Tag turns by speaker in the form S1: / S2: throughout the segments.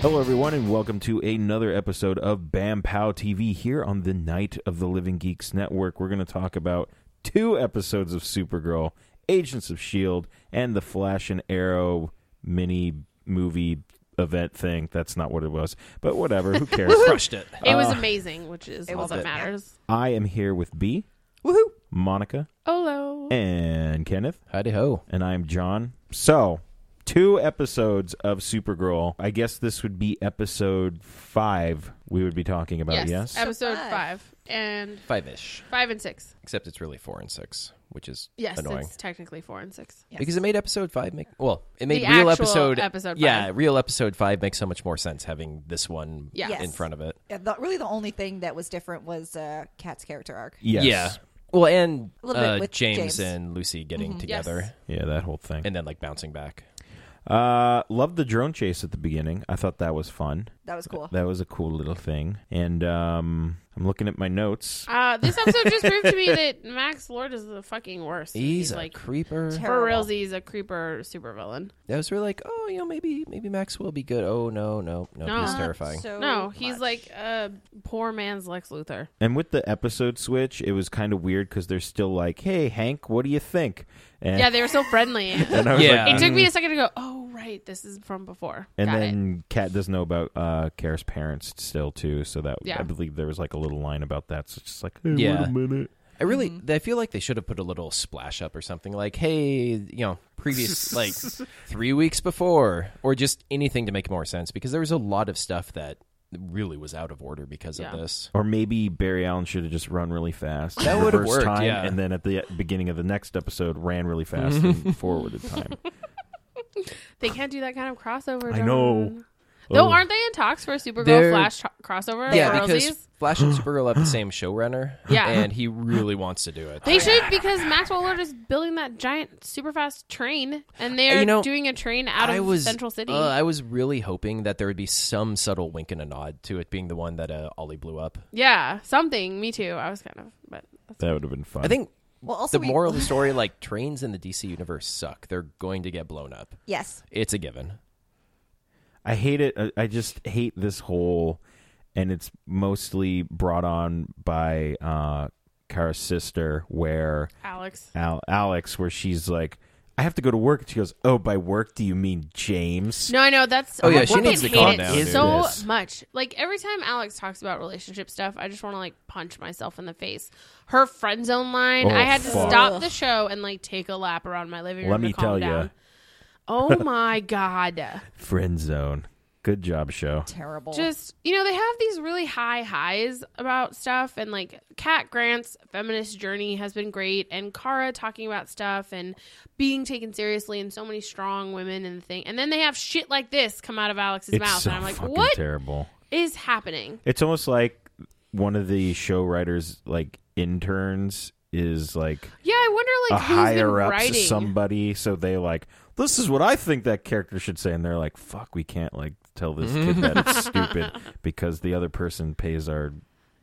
S1: Hello, everyone, and welcome to another episode of Bam Pow TV here on the Night of the Living Geeks Network. We're going to talk about two episodes of Supergirl, Agents of S.H.I.E.L.D., E and the Flash and Arrow mini movie event thing. That's not what it was, but whatever. Who cares?
S2: crushed it.
S3: It was amazing, which is all that matters.
S1: I am here with B,
S4: Woohoo!
S1: Monica,
S3: Olo.
S1: and Kenneth.
S2: Howdy ho.
S1: and I'm John. So, two episodes of Supergirl. I guess this would be episode five we would be talking about, yes?
S3: Episode
S4: Five.
S3: five and
S2: Five ish.
S3: five and six.
S2: Except it's really four and six, which is
S3: Yes,
S2: annoying.
S3: it's technically four and six.
S2: Because it made episode five make well, it made
S3: The
S2: real
S3: actual
S2: episode
S3: episode
S2: Yeah,
S3: five.
S2: real episode five makes so much more sense having this one
S3: Yeah.
S2: in
S4: Yes.
S2: front of it.
S4: Yeah, the, really, the only thing that was different was uh, Kat's character arc.
S1: Yes.
S2: Yeah. Well, and
S4: A little bit
S2: uh,
S4: with
S2: James,
S4: James.
S2: and Lucy getting together
S3: Mm-hmm. Yes.
S1: Yeah, that whole thing.
S2: and then like bouncing back.
S1: Uh, loved the drone chase at the beginning. I thought that was fun.
S4: That was cool.
S1: That was a cool little thing. And um, I'm looking at my notes.
S3: Uh, this episode just proved to me that Max Lord is the fucking worst.
S2: He's a
S3: like
S2: creeper.
S3: for
S4: Terrible.
S3: reals, he's a creeper supervillain.
S2: That was really like, oh, you know, maybe maybe Max will be good. Oh no, no, no,
S3: No.
S2: he's
S3: Not
S2: terrifying.
S4: So
S3: no, he's
S4: Oh, much.
S3: like a poor man's Lex Luthor.
S1: And with the episode switch, it was kind of weird because they're still like, hey, Hank, what do you think? And,
S3: Yeah, they were so friendly.
S1: and I was
S2: Yeah.
S1: like,
S3: it took
S1: "Mm."
S3: me a second to go. Oh right, this is from before.
S1: And
S3: Got it.
S1: then Kat does know about uh, Kara's parents still too, so that
S3: Yeah.
S1: I believe there was like a little line about that. So it's just like, hey,
S2: Yeah.
S1: wait a minute.
S2: I really,
S3: Mm-hmm.
S2: I feel like they should have put a little splash up or something like, hey, you know, previous like three weeks before, or just anything to make more sense because there was a lot of stuff that really was out of order because
S3: Yeah.
S2: of this.
S1: Or maybe Barry Allen should have just run really fast.
S2: That would've
S1: reverse
S2: worked,
S1: time,
S2: yeah.
S1: And then at the beginning of the next episode, ran really fast and forwarded time.
S3: they can't do that kind of crossover.
S1: I know.
S3: John. Though
S1: Oh.
S3: aren't they in talks for a Supergirl
S2: They're-
S3: Flash t- crossover?
S2: Yeah,
S3: for
S2: because
S3: realsies?
S2: Flash and Supergirl have the same showrunner,
S3: Yeah.
S2: and he really wants to do it.
S3: They should because Maxwell Lord is building that giant super fast train, and they're
S2: Uh, You know,
S3: doing a train out of Central City.
S2: uh, I was really hoping that there would be some subtle wink and a nod to it being the one that uh, Ollie blew up.
S3: yeah, something. Me too. I was kind of, but
S1: That would have been fun.
S2: I think
S4: Well, also
S2: the
S4: we-
S2: moral of the story, like trains in the DC universe suck. They're going to get blown up.
S4: Yes.
S2: It's a given.
S1: I hate it. I- I just hate this whole, and it's mostly brought on by uh, Kara's sister, where
S3: Alex,
S1: Al- Alex, where she's like, I have to go to work. And she goes, Oh, by work, do you mean James?
S3: no, I know that's.
S2: Oh, yeah,
S3: I
S2: she
S3: fucking
S2: needs to
S3: hate
S2: calm
S3: it
S2: down, dude.
S3: so
S1: This.
S3: much. Like every time Alex talks about relationship stuff, I just want to like punch myself in the face. Her friend zone line.
S1: Oh,
S3: I had to
S1: fuck.
S3: stop the show and like take a lap around my living room.
S1: Let
S3: to
S1: me
S3: calm
S1: tell
S3: down.
S1: you.
S3: Oh my god.
S1: Friend zone. Good job, show.
S4: Terrible.
S3: just you know they have these really high highs about stuff and like kat grant's feminist journey has been great and kara talking about stuff and being taken seriously and so many strong women and the thing and then they have shit like this come out of alex's
S1: It's
S3: mouth
S1: so
S3: and i'm like
S1: fucking
S3: what is
S1: terrible.
S3: happening
S1: It's almost like one of the show writers, like interns, is like
S3: yeah i wonder
S1: a
S3: like who's
S1: higher
S3: been
S1: up
S3: writing
S1: somebody, so they like this is what I think that character should say, and they're like, "Fuck, we can't like tell this kid that it's stupid because the other person pays our."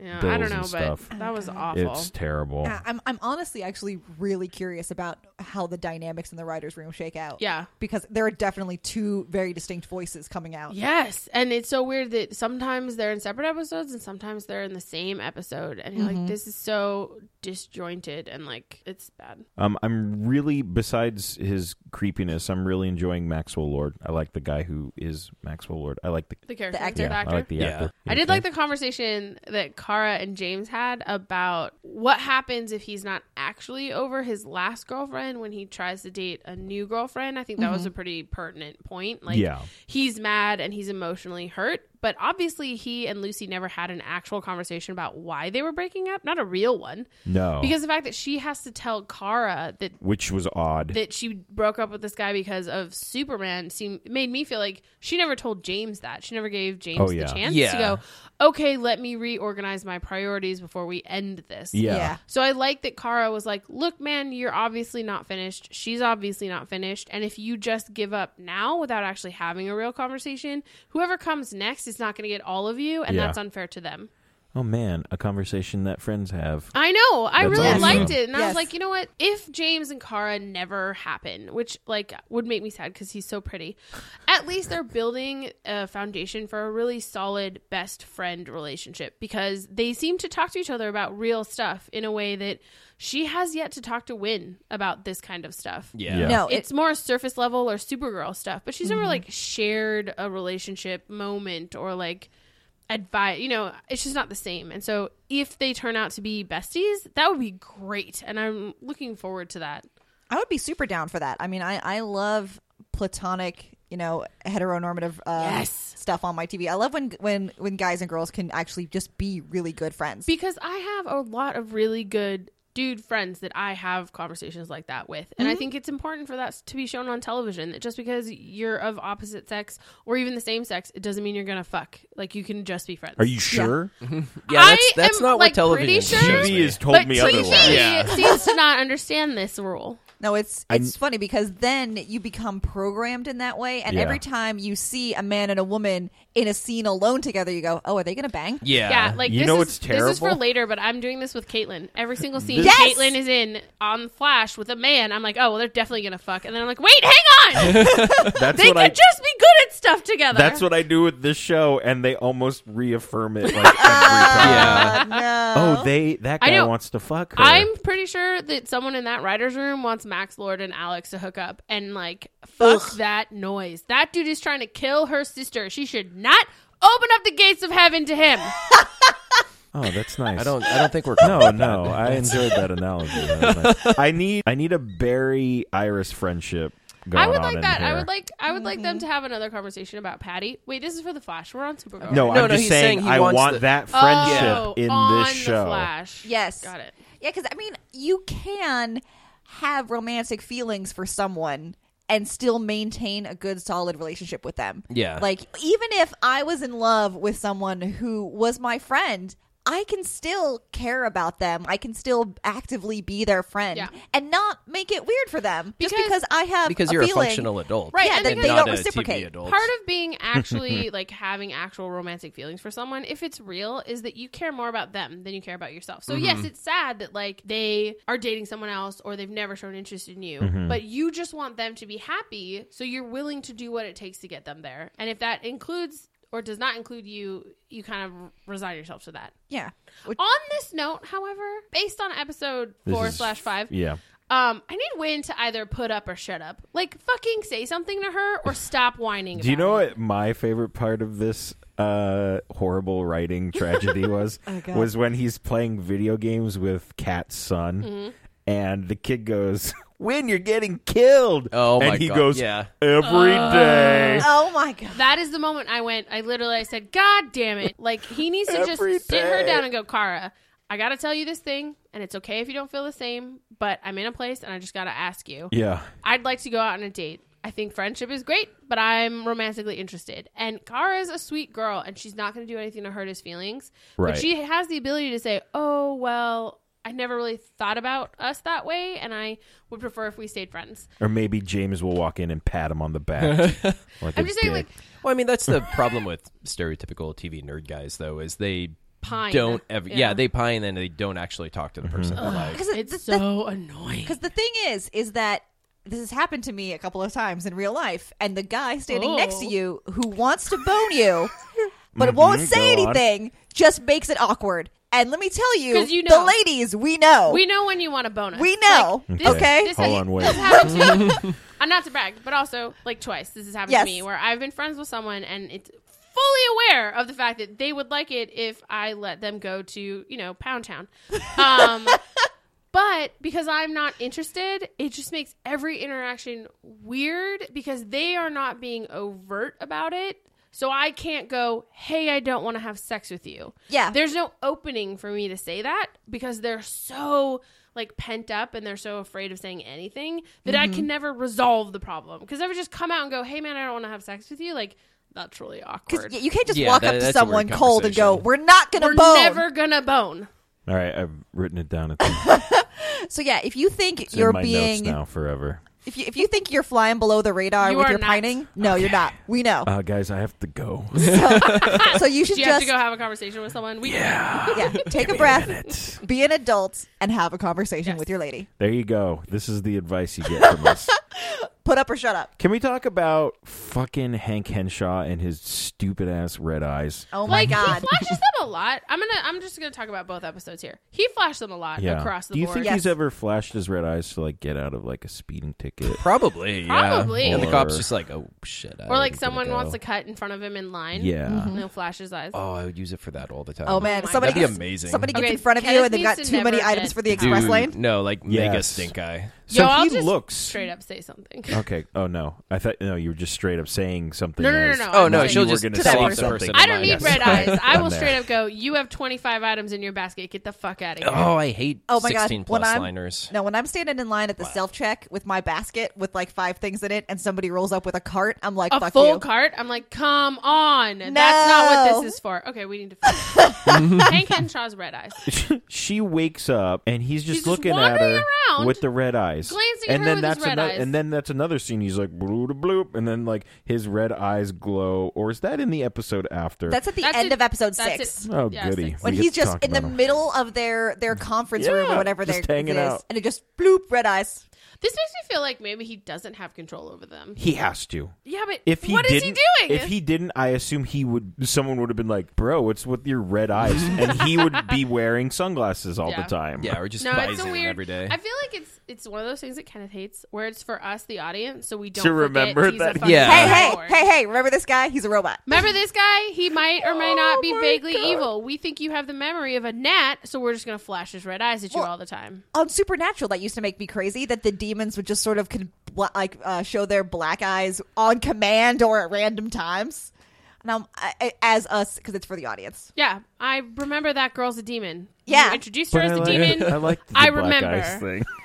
S3: yeah, i
S1: bills
S3: don't know
S1: and
S3: but
S1: stuff.
S3: that was awful
S1: It's terrible.
S4: Uh, I'm I'm honestly actually really curious about how the dynamics in the writers' room shake out.
S3: yeah
S4: Because there are definitely two very distinct voices coming out.
S3: Yes, and it's so weird that sometimes they're in separate episodes and sometimes they're in the same episode, and you're like, this is so disjointed and like it's bad.
S1: Um, I'm really besides his creepiness, I'm really enjoying Maxwell Lord. I like the guy who is Maxwell Lord. I like the,
S3: The character,
S4: The actor.
S1: I like the
S2: Yeah.
S1: actor.
S3: I did like the conversation that Kara and James had about what happens if he's not actually over his last girlfriend when he tries to date a new girlfriend. I think that was a pretty pertinent point. Like,
S1: Yeah.
S3: he's mad and he's emotionally hurt, but obviously he and Lucy never had an actual conversation about why they were breaking up, not a real one.
S1: no
S3: Because the fact that she has to tell Kara that
S1: which was odd.
S3: that she broke up with this guy because of Superman seemed made me feel like she never told James that. She never gave James
S1: Oh, yeah.
S3: the chance
S2: Yeah.
S3: to go, "Okay, let me reorganize my priorities before we end this."
S1: yeah.
S4: Yeah.
S3: So I like that Kara was like, "Look, man, you're obviously not finished. She's obviously not finished, and if you just give up now without actually having a real conversation, whoever comes next is not going to get all of you, and
S1: Yeah.
S3: that's unfair to them."
S1: oh man, a conversation that friends have.
S3: I know. I
S1: That's
S3: really
S1: awesome.
S3: liked it. And I
S4: Yes.
S3: was like, you know what? If James and Kara never happen, which like would make me sad because he's so pretty, at least they're building a foundation for a really solid best friend relationship because they seem to talk to each other about real stuff in a way that she has yet to talk to Win about this kind of stuff.
S2: Yeah.
S1: Yeah.
S4: No,
S3: It's more surface level or Supergirl stuff, but she's never like shared a relationship moment or like advice. You know, it's just not the same. And so, if they turn out to be besties, that would be great, and I'm looking forward to that.
S4: I would be super down for that. I mean, I I love platonic, you know, heteronormative uh,
S3: Yes.
S4: stuff on my TV. I love when when when guys and girls can actually just be really good friends.
S3: Because I have a lot of really good dude friends that I have conversations like that with. And I think it's important for that to be shown on television that just because you're of opposite sex or even the same sex, it doesn't mean you're going to fuck. Like, you can just be friends.
S1: Are you sure?
S3: Mm-hmm.
S2: Yeah, that's
S3: I
S2: that's
S3: am,
S2: not
S3: like,
S2: what television
S3: pretty sure-
S2: shows
S1: TV
S2: me.
S1: has told
S3: but
S1: me
S3: TV
S1: otherwise.
S3: seems to not understand this rule.
S4: No, it's
S1: I'm-
S4: it's funny because then you become programmed in that way, and
S1: Yeah.
S4: every time you see a man and a woman in a scene alone together, you go, "Oh, are they going to bang?"
S2: Yeah.
S3: Yeah, like
S1: You
S3: this
S1: know
S3: is,
S1: what's
S3: This is for
S1: terrible?
S3: later, but I'm doing this with Caitlyn. Every single scene
S4: Yes!
S3: Caitlyn is in on Flash with a man, I'm like, oh, well, they're definitely gonna fuck, and then I'm like, wait, hang on,
S1: That's
S3: they
S1: what
S3: could
S1: I.
S3: just be good at stuff together.
S1: That's what I do with this show, and they almost reaffirm it like every time.
S2: Yeah.
S4: Uh, no.
S1: Oh, they that
S3: I
S1: guy
S3: know.
S1: wants to fuck her.
S3: I'm pretty sure that someone in that writer's room wants Max Lord and Alex to hook up, and like, fuck that noise. That dude is trying to kill her sister. She should not open up the gates of heaven to him.
S1: Oh, that's nice.
S2: I don't I don't think we're
S1: No, no, I enjoyed that analogy. That was nice. I need I need a Barry Iris friendship. Going
S3: I would
S1: on in
S3: like that. I
S1: here.
S3: would like. I would like them to have another conversation about Patty. Wait, this is for the Flash. We're on Supergirl.
S1: No,
S2: No,
S1: I'm
S2: no,
S1: just
S2: he's
S1: saying,
S2: saying he
S1: I
S2: wants
S1: want
S2: the-
S1: that friendship
S3: Oh,
S1: in
S3: on
S1: this show.
S3: The Flash.
S4: yes,
S3: got it.
S4: Yeah, because I mean, you can have romantic feelings for someone and still maintain a good, solid relationship with them.
S2: Yeah.
S4: like even if I was in love with someone who was my friend. I can still care about them. I can still actively be their friend
S3: Yeah.
S4: and not make it weird for them just
S3: Because-
S4: because I have
S2: because
S4: a
S2: you're a
S4: feeling-
S2: functional adult.
S3: Right,
S4: Yeah,
S3: and
S4: that
S3: because-
S4: they
S2: not
S4: don't
S2: a TV
S4: reciprocate.
S2: adult.
S3: Part of being actually like having actual romantic feelings for someone, if it's real, is that you care more about them than you care about yourself. So
S1: Mm-hmm.
S3: yes, it's sad that like they are dating someone else or they've never shown interest in you,
S1: Mm-hmm.
S3: but you just want them to be happy, so you're willing to do what it takes to get them there. And if that includes or does not include you, you kind of resign yourself to that.
S4: Yeah. Which-
S3: On this note, however, based on episode
S1: This
S3: four
S1: is-
S3: slash five,
S1: Yeah.
S3: um, I need Win to either put up or shut up. Like fucking say something to her or stop whining.
S1: Do you
S3: about
S1: know
S3: it.
S1: what my favorite part of this uh, horrible writing tragedy was?
S4: God.
S1: was when he's playing video games with Cat's son, and the kid goes, "Win, you're getting killed!"
S2: Oh
S1: and
S2: my
S1: he
S2: God,
S1: goes,
S2: yeah.
S1: every day."
S4: oh my god.
S3: That is the moment I went. I literally I said, "God damn it!" Like he needs to just
S1: Every
S3: sit her
S1: day.
S3: down and go, "Kara, I gotta tell you this thing, and it's okay if you don't feel the same, but I'm in a place, and I just gotta ask you.
S1: Yeah,
S3: I'd like to go out on a date." I think friendship is great, but I'm romantically interested. And Kara's a sweet girl, and she's not going to do anything to hurt his feelings.
S1: Right.
S3: But she has the ability to say, "Oh well, I never really thought about us that way, and I would prefer if we stayed friends."
S1: or maybe James will walk in and pat him on the back. like
S3: I'm
S1: a
S3: just saying,
S1: dick.
S3: like
S2: Well, I mean, that's the problem with stereotypical TV nerd guys, though, is they
S3: Pine.
S2: don't ever. Yeah.
S3: Yeah.
S2: they pine and they don't actually talk to the person
S1: Mm-hmm.
S2: they're like.
S4: Because
S3: it's so annoying.
S4: Because the thing is, is that this has happened to me a couple of times in real life, and the guy standing next to
S3: Oh.
S4: you who wants to bone you, but won't say
S1: go on.
S4: anything, just makes it awkward. And let me tell you,
S3: 'Cause you know.
S4: the ladies, we know.
S3: We know when you want a bonus.
S4: We know.
S3: Like,
S4: Okay.
S3: This,
S1: Hold
S3: this,
S1: on, wait.
S3: This happened to me. I'm not to brag, but also like twice. This has happened
S4: Yes.
S3: to me where I've been friends with someone and it's fully aware of the fact that they would like it if I let them go to you know Pound Town. Um, But because I'm not interested, it just makes every interaction weird because they are not being overt about it. So I can't go, hey, I don't want to have sex with you.
S4: Yeah.
S3: There's no opening for me to say that because they're so like pent up and they're so afraid of saying anything that I
S4: Mm-hmm.
S3: can never resolve the problem. Because if I just come out and go, hey, man, I don't want to have sex with you, like, that's really
S4: 'Cause
S3: awkward.
S4: y- you can't just
S2: Yeah,
S4: walk
S2: that-
S4: up to
S2: that's a weird
S4: someone cold and go,
S2: conversation.
S4: "We're not gonna
S3: We're
S4: bone."
S3: never going to bone.
S1: all right, I've written it down. It's
S4: So yeah, if you think
S1: it's in
S4: you're
S1: my notes
S4: being
S1: now forever.
S4: If you, if you think you're flying below the radar
S3: You
S4: with
S3: are
S4: your
S3: not.
S4: pining, no, you're not. We know.
S1: Uh, guys, I have to go.
S4: so you should
S3: Do you have
S4: just
S3: to go have a conversation with someone? We
S1: yeah.
S4: yeah, take a breath, be an adult, and have a conversation with your lady.
S1: There you go. This is the advice you get from us.
S4: Put up or shut up.
S1: Can we talk about fucking Hank Henshaw and his stupid ass red eyes?
S4: Oh my
S3: like
S4: god.
S3: he flashes them a lot. I'm gonna I'm just gonna talk about both episodes here. He flashed them a lot across the
S1: Do you
S3: board.
S1: think
S4: Yes.
S1: he's ever flashed his red eyes to like get out of like a speeding ticket?
S2: Probably, yeah.
S3: Probably.
S2: And the
S1: Or-
S2: cops just like, oh shit. I
S3: or like
S2: didn't
S3: someone
S2: go.
S3: wants to cut in front of him in line.
S1: Yeah.
S3: And he'll flash his eyes.
S2: Oh, I would use it for that all the time.
S4: Oh man,
S3: my
S4: somebody
S3: God.
S2: That'd be
S4: gets,
S2: amazing.
S4: Somebody gets
S3: Okay,
S4: in front of you
S3: Kenneth
S4: and they've
S3: needs
S4: got
S3: to
S4: too many
S3: never
S4: items
S3: get-
S4: for the express
S2: Dude,
S4: lane.
S2: No, like mega
S1: Yes.
S2: stink eye.
S1: So
S3: Yo, I'll
S1: he
S3: just
S1: looks
S3: Straight up say something.
S1: Okay. Oh no, I thought no, you were just straight up saying something.
S3: No, no, no,
S1: as-
S3: no, no.
S2: Oh
S3: I'm
S2: no,
S3: saying-
S2: she'll
S1: You were
S2: just
S1: gonna
S4: say
S2: tell off the
S1: something.
S2: person. in
S3: I don't
S2: line.
S3: need
S1: Yes.
S3: red eyes. I
S1: I'm
S3: will
S1: there.
S3: straight up go, You have twenty five items in your basket, get the fuck out of here.
S2: Oh, I hate
S4: Oh my God,
S2: 16
S4: when
S2: plus
S4: I'm-
S2: liners.
S4: No, when I'm standing in line at the self check with my basket with like five things in it, and somebody rolls up with a cart, I'm like,
S3: a
S4: Oh, "Fuck
S3: full
S4: you."
S3: cart. I'm like, come on. That's not what
S4: No.
S3: this is for. Okay, we need to. finish. Hank Henshaw's red eyes.
S1: she wakes up and he's just
S3: He's just
S1: looking at
S3: wandering
S1: her
S3: around,
S1: with the red eyes,
S3: glancing at
S1: and
S3: her
S1: then
S3: with his
S1: that's
S3: red
S1: another,
S3: eyes.
S1: and then that's another scene. He's like bloop da bloop, and then like his red eyes glow. Or is that in the episode after?
S4: That's at the
S3: That's
S4: end
S3: it.
S4: of episode
S3: That's
S4: six.
S3: it.
S1: oh
S3: Yeah,
S1: goody.
S3: six.
S1: We
S4: when
S1: get
S4: he's
S1: to
S4: just
S1: talk
S4: in the
S1: about him.
S4: middle of their their conference room
S1: Yeah,
S4: or whatever
S1: just
S4: their
S1: hanging
S4: it is,
S1: out.
S4: and it just bloop red eyes.
S3: This makes me feel like maybe he doesn't have control over them.
S1: He has to.
S3: Yeah, but
S1: If he
S3: what is
S1: didn't,
S3: he doing?
S1: If he didn't, I assume he would. Someone would have been like, "Bro, what's with your red eyes?" and he would be wearing sunglasses all
S3: Yeah.
S1: the time.
S2: Yeah, or just
S3: no,
S2: buys
S3: it's a
S2: it
S3: weird.
S2: every day.
S3: I feel like it's it's one of those things that Kenneth hates, where it's for us, the audience, so we don't
S1: To
S3: forget
S1: remember
S3: he's
S1: that-
S3: A fucking
S2: Yeah.
S4: Hey, hey,
S3: warlord.
S4: hey, hey! Remember this guy? He's a robot.
S3: Remember this guy? He might or might
S4: Oh
S3: not be vaguely evil. We think you have the memory of a gnat, so we're just gonna flash his red eyes at you
S4: Well-
S3: all the time.
S4: On Supernatural, that used to make me crazy that the demons would just sort of con- bla- like uh, show their black eyes on command or at random times. And I'm I, I- as us because it's for the audience.
S3: Yeah, I remember that girl's a demon.
S4: Yeah.
S3: you introduced her
S1: But
S3: as
S1: I
S3: a
S1: like,
S3: demon.
S1: I like the
S3: I
S1: black
S3: remember.
S1: eyes thing.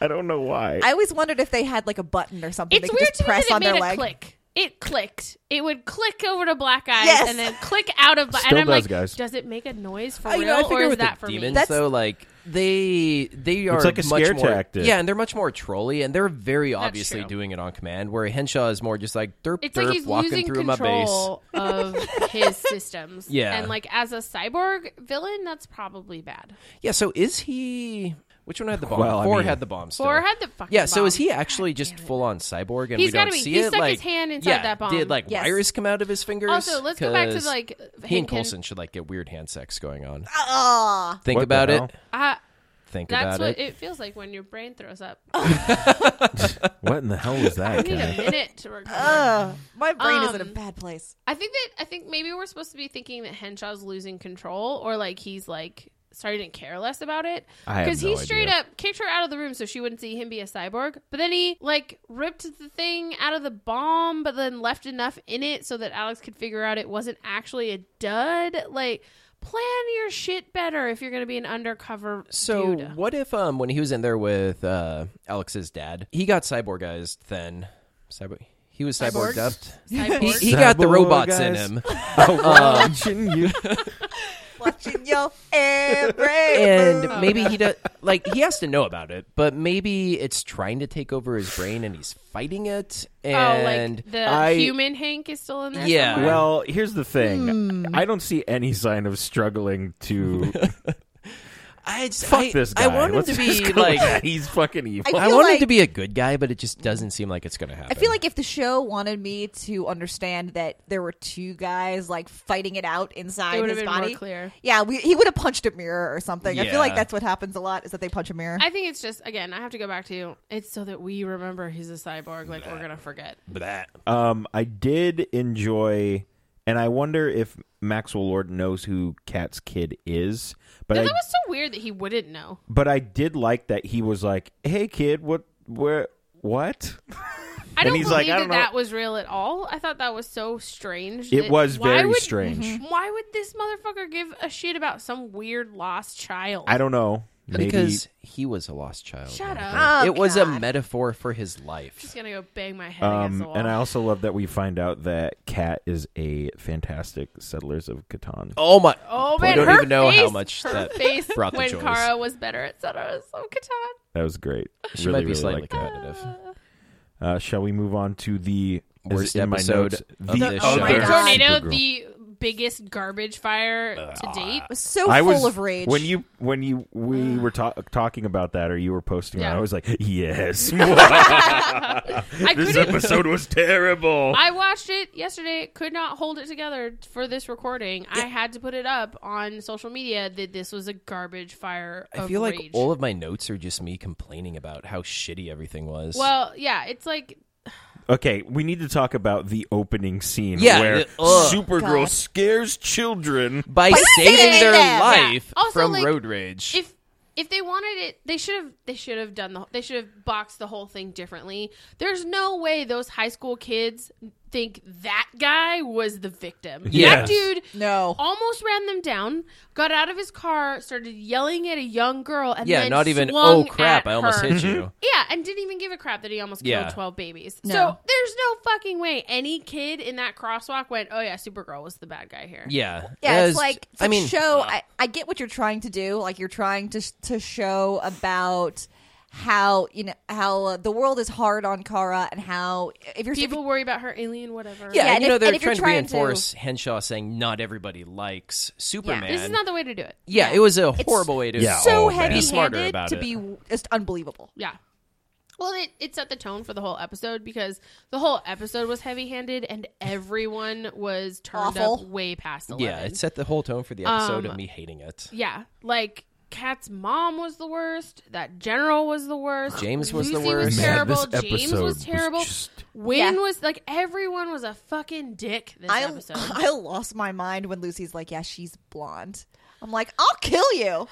S1: I don't know why.
S4: I always wondered if they had like a button or something.
S3: It's
S4: they could
S3: weird
S4: just
S3: to me
S4: press
S3: that it
S4: on
S3: made
S4: their
S3: a
S4: leg.
S3: click. It clicked. It would click over to black eyes
S4: Yes.
S3: and then click out of. Bla-
S1: Still
S3: and I'm
S1: does,
S3: like,
S1: guys.
S3: does it make a noise for
S2: I- Oh,
S3: real,
S2: you know, I
S3: or
S2: figure
S3: is
S2: with
S3: that
S2: the
S3: for
S2: demons
S3: me?
S4: That's-
S2: though, like they they are
S1: like a
S2: much
S1: scare
S2: more,
S1: tactic.
S2: Yeah, and they're much more trolly, and they're very obviously
S3: true.
S2: doing it on command. Where Henshaw is more just like derp
S3: It's
S2: derp
S3: like he's
S2: walking
S3: losing
S2: through my base.
S3: control of his systems.
S2: Yeah.
S3: and like as a cyborg villain, that's probably bad.
S2: Yeah, so is he? Which one had the bomb?
S1: Well, I
S2: Four
S1: mean-
S2: had the bomb. Still.
S3: Four had the fucking.
S2: Yeah, so is
S3: bomb.
S2: he actually just full on cyborg and
S3: He's
S2: we don't
S3: gotta be.
S2: see
S3: He
S2: it?
S3: stuck
S2: like,
S3: his hand inside
S2: yeah,
S3: that bomb.
S2: Did like
S4: Yes.
S2: wires come out of his fingers?
S3: Also, let's go back to
S2: 'Cause
S3: like
S2: he and
S3: Hankin-
S2: Coulson should like get weird hand sex going on.
S4: Ah,
S2: Think
S1: What the
S2: about
S1: hell?
S2: it.
S3: Ah,
S2: Think
S3: that's
S2: about
S3: what
S2: it.
S3: it feels like when your brain throws up.
S2: Oh,
S1: What in the hell was
S3: I
S1: that?
S3: need a
S1: Kenneth?
S3: minute to recover.
S4: ugh. my brain is in a
S3: Um,
S4: bad place.
S3: I think that I think maybe we're supposed to be thinking that Henshaw's losing control or like he's like starting to care less about it
S1: I have
S3: because
S1: no
S3: he straight
S1: idea.
S3: up kicked her out of the room so she wouldn't see him be a cyborg. But then he like ripped the thing out of the bomb, but then left enough in it so that Alex could figure out it wasn't actually a dud. Like plan your shit better if you're going to be an undercover
S2: So
S3: dude.
S2: what if um when he was in there with uh Alex's dad, he got cyborgized then. Cyborg he was cyborged up.
S3: Cyborg.
S2: He, he got the
S1: Cyborgized.
S2: robots in him. Um,
S1: Watching you.
S4: Watching your every move.
S2: And maybe he does like he has to know about it, but maybe it's trying to take over his brain and he's fighting it
S3: oh,
S2: and
S3: like the
S1: I-
S3: human Hank is still in there.
S2: Yeah.
S3: somewhere?
S1: Well, here's the thing.
S3: Hmm.
S1: I don't see any sign of struggling to
S2: I just,
S1: fuck
S2: I,
S1: this guy.
S2: I want him
S1: Let's
S2: to
S1: just
S2: be
S1: go with
S2: like
S1: that. he's fucking evil.
S2: I
S4: feel
S2: want
S4: like-
S2: him to be a good guy, but it just doesn't seem like it's going to
S4: I
S2: happen.
S4: feel like if the show wanted me to understand that there were two guys like fighting it out
S3: It
S4: inside
S3: would've
S4: his
S3: been more
S4: body,
S3: clear.
S4: Yeah, we, he would have punched a mirror or something. I feel like
S2: Yeah.
S4: that's what happens a lot is that they punch a mirror.
S3: I think it's just again. I have to go back to it's so that we remember he's a cyborg. Like we're gonna forget.
S2: that.
S1: Um, I did enjoy, and I wonder if Maxwell Lord knows who Cat's kid is. But
S3: No,
S1: I,
S3: that was so weird that he wouldn't know.
S1: but I did like that he was like, "Hey, kid, what, where, what?"
S3: I don't
S1: he's
S3: believe
S1: like, I
S3: that
S1: don't know.
S3: that was real at all. I thought that was so strange.
S1: It
S3: that-
S1: was
S3: why
S1: very
S3: would-
S1: strange.
S3: Why would this motherfucker give a shit about some weird lost child?
S1: I don't know. Maybe
S2: Because he was a lost child.
S3: Shut
S2: man.
S3: up.
S4: Oh,
S2: it was a
S4: God.
S2: metaphor for his
S3: I'm
S2: life.
S3: just gonna go bang my head against the
S1: Um,
S3: wall.
S1: and I also love that we find out that Cat is a fantastic Settlers of Catan.
S2: Oh my!
S3: Oh
S2: I
S3: man,
S2: don't
S3: her
S2: even know
S3: face,
S2: how much
S3: her
S2: that
S3: face
S2: brought the
S3: when
S2: joys.
S3: Kara was better at Sonora's. Oh, Catan.
S1: That was great.
S2: She
S1: really,
S2: might be "Ah,
S1: really
S2: slightly
S1: like that.
S2: competitive.
S1: Uh, shall we move on to the as
S2: Worst
S1: in my
S2: episode
S1: notes, the
S2: of the
S3: Oh
S2: show.
S1: other
S3: my
S4: Sure.
S3: tornado,
S1: Supergirl.
S3: the biggest garbage fire
S1: Ah.
S3: to date.
S4: was so
S1: I
S4: Oh, full
S1: was
S4: of rage.
S1: when you when you we were ta- talking about that or you were posting.
S3: Yeah.
S1: It, I was like, yes,
S3: I
S1: this
S3: couldn't.
S1: episode was terrible.
S3: I watched it yesterday. Could not hold it together for this recording. I had to put it up on social media that this was a garbage fire.
S2: I
S3: of
S2: feel like
S3: rage.
S2: all of my notes are just me complaining about how shitty everything was.
S3: Well, yeah, it's like
S1: Okay, we need to talk about the opening scene
S2: Yeah,
S1: where
S2: it- ugh.
S1: Supergirl
S4: God.
S1: scares children.
S2: by
S4: saving
S2: saving their
S4: them!
S2: life
S3: Yeah. Also,
S2: from
S3: like,
S2: road rage.
S3: if if they wanted it, they should have they should have done the they should have boxed the whole thing differently. There's no way those high school kids think that guy was the victim.
S1: Yes.
S3: That dude
S4: no,
S3: almost ran them down, got out of his car, started yelling at a young girl, and
S2: yeah,
S3: then
S2: not even.
S3: swung
S2: Oh crap!
S3: at
S2: I almost
S3: her.
S2: hit you.
S3: Yeah, and didn't even give a crap that he almost
S2: Yeah.
S3: killed 12 babies.
S4: No.
S3: So there's no fucking way any kid in that crosswalk went, oh yeah, Supergirl was the bad guy here.
S2: Yeah,
S4: yeah,
S2: that
S4: it's
S2: is-
S4: like it's
S2: I
S4: like
S2: mean,
S4: show. I, I get what you're trying to do. Like you're trying to to show about how you know how uh, the world is hard on Kara and how if you're
S3: People worry about her alien whatever.
S4: Yeah,
S2: and
S4: and
S2: you know
S4: if-
S2: they're
S4: and if you're
S2: trying to
S4: trying to-
S2: reinforce Henshaw saying not everybody likes Superman.
S3: This is not the way to do it.
S2: yeah, it was a horrible way to
S1: Yeah,
S4: so
S1: oh, man.
S4: heavy
S2: Be smarter
S4: handed
S2: about
S4: to
S2: it.
S4: be just unbelievable.
S3: Yeah. Well, it, it set the tone for the whole episode because the whole episode was heavy handed and everyone was turned
S4: Awful.
S3: up way past 11.
S2: yeah. It set the whole tone for the episode of me hating it.
S3: Yeah, like Kat's mom was the worst. That general was the worst.
S2: James was the
S3: Lucy
S2: worst.
S3: Was
S2: Man,
S3: terrible.
S1: this
S3: James
S1: episode
S3: was
S1: was
S3: terrible.
S1: just-
S3: Wynn
S4: Yeah.
S3: was like everyone was a fucking dick this
S4: I
S3: episode.
S4: I lost my mind when Lucy's like, "Yeah, she's blonde." I'm like, "I'll kill you!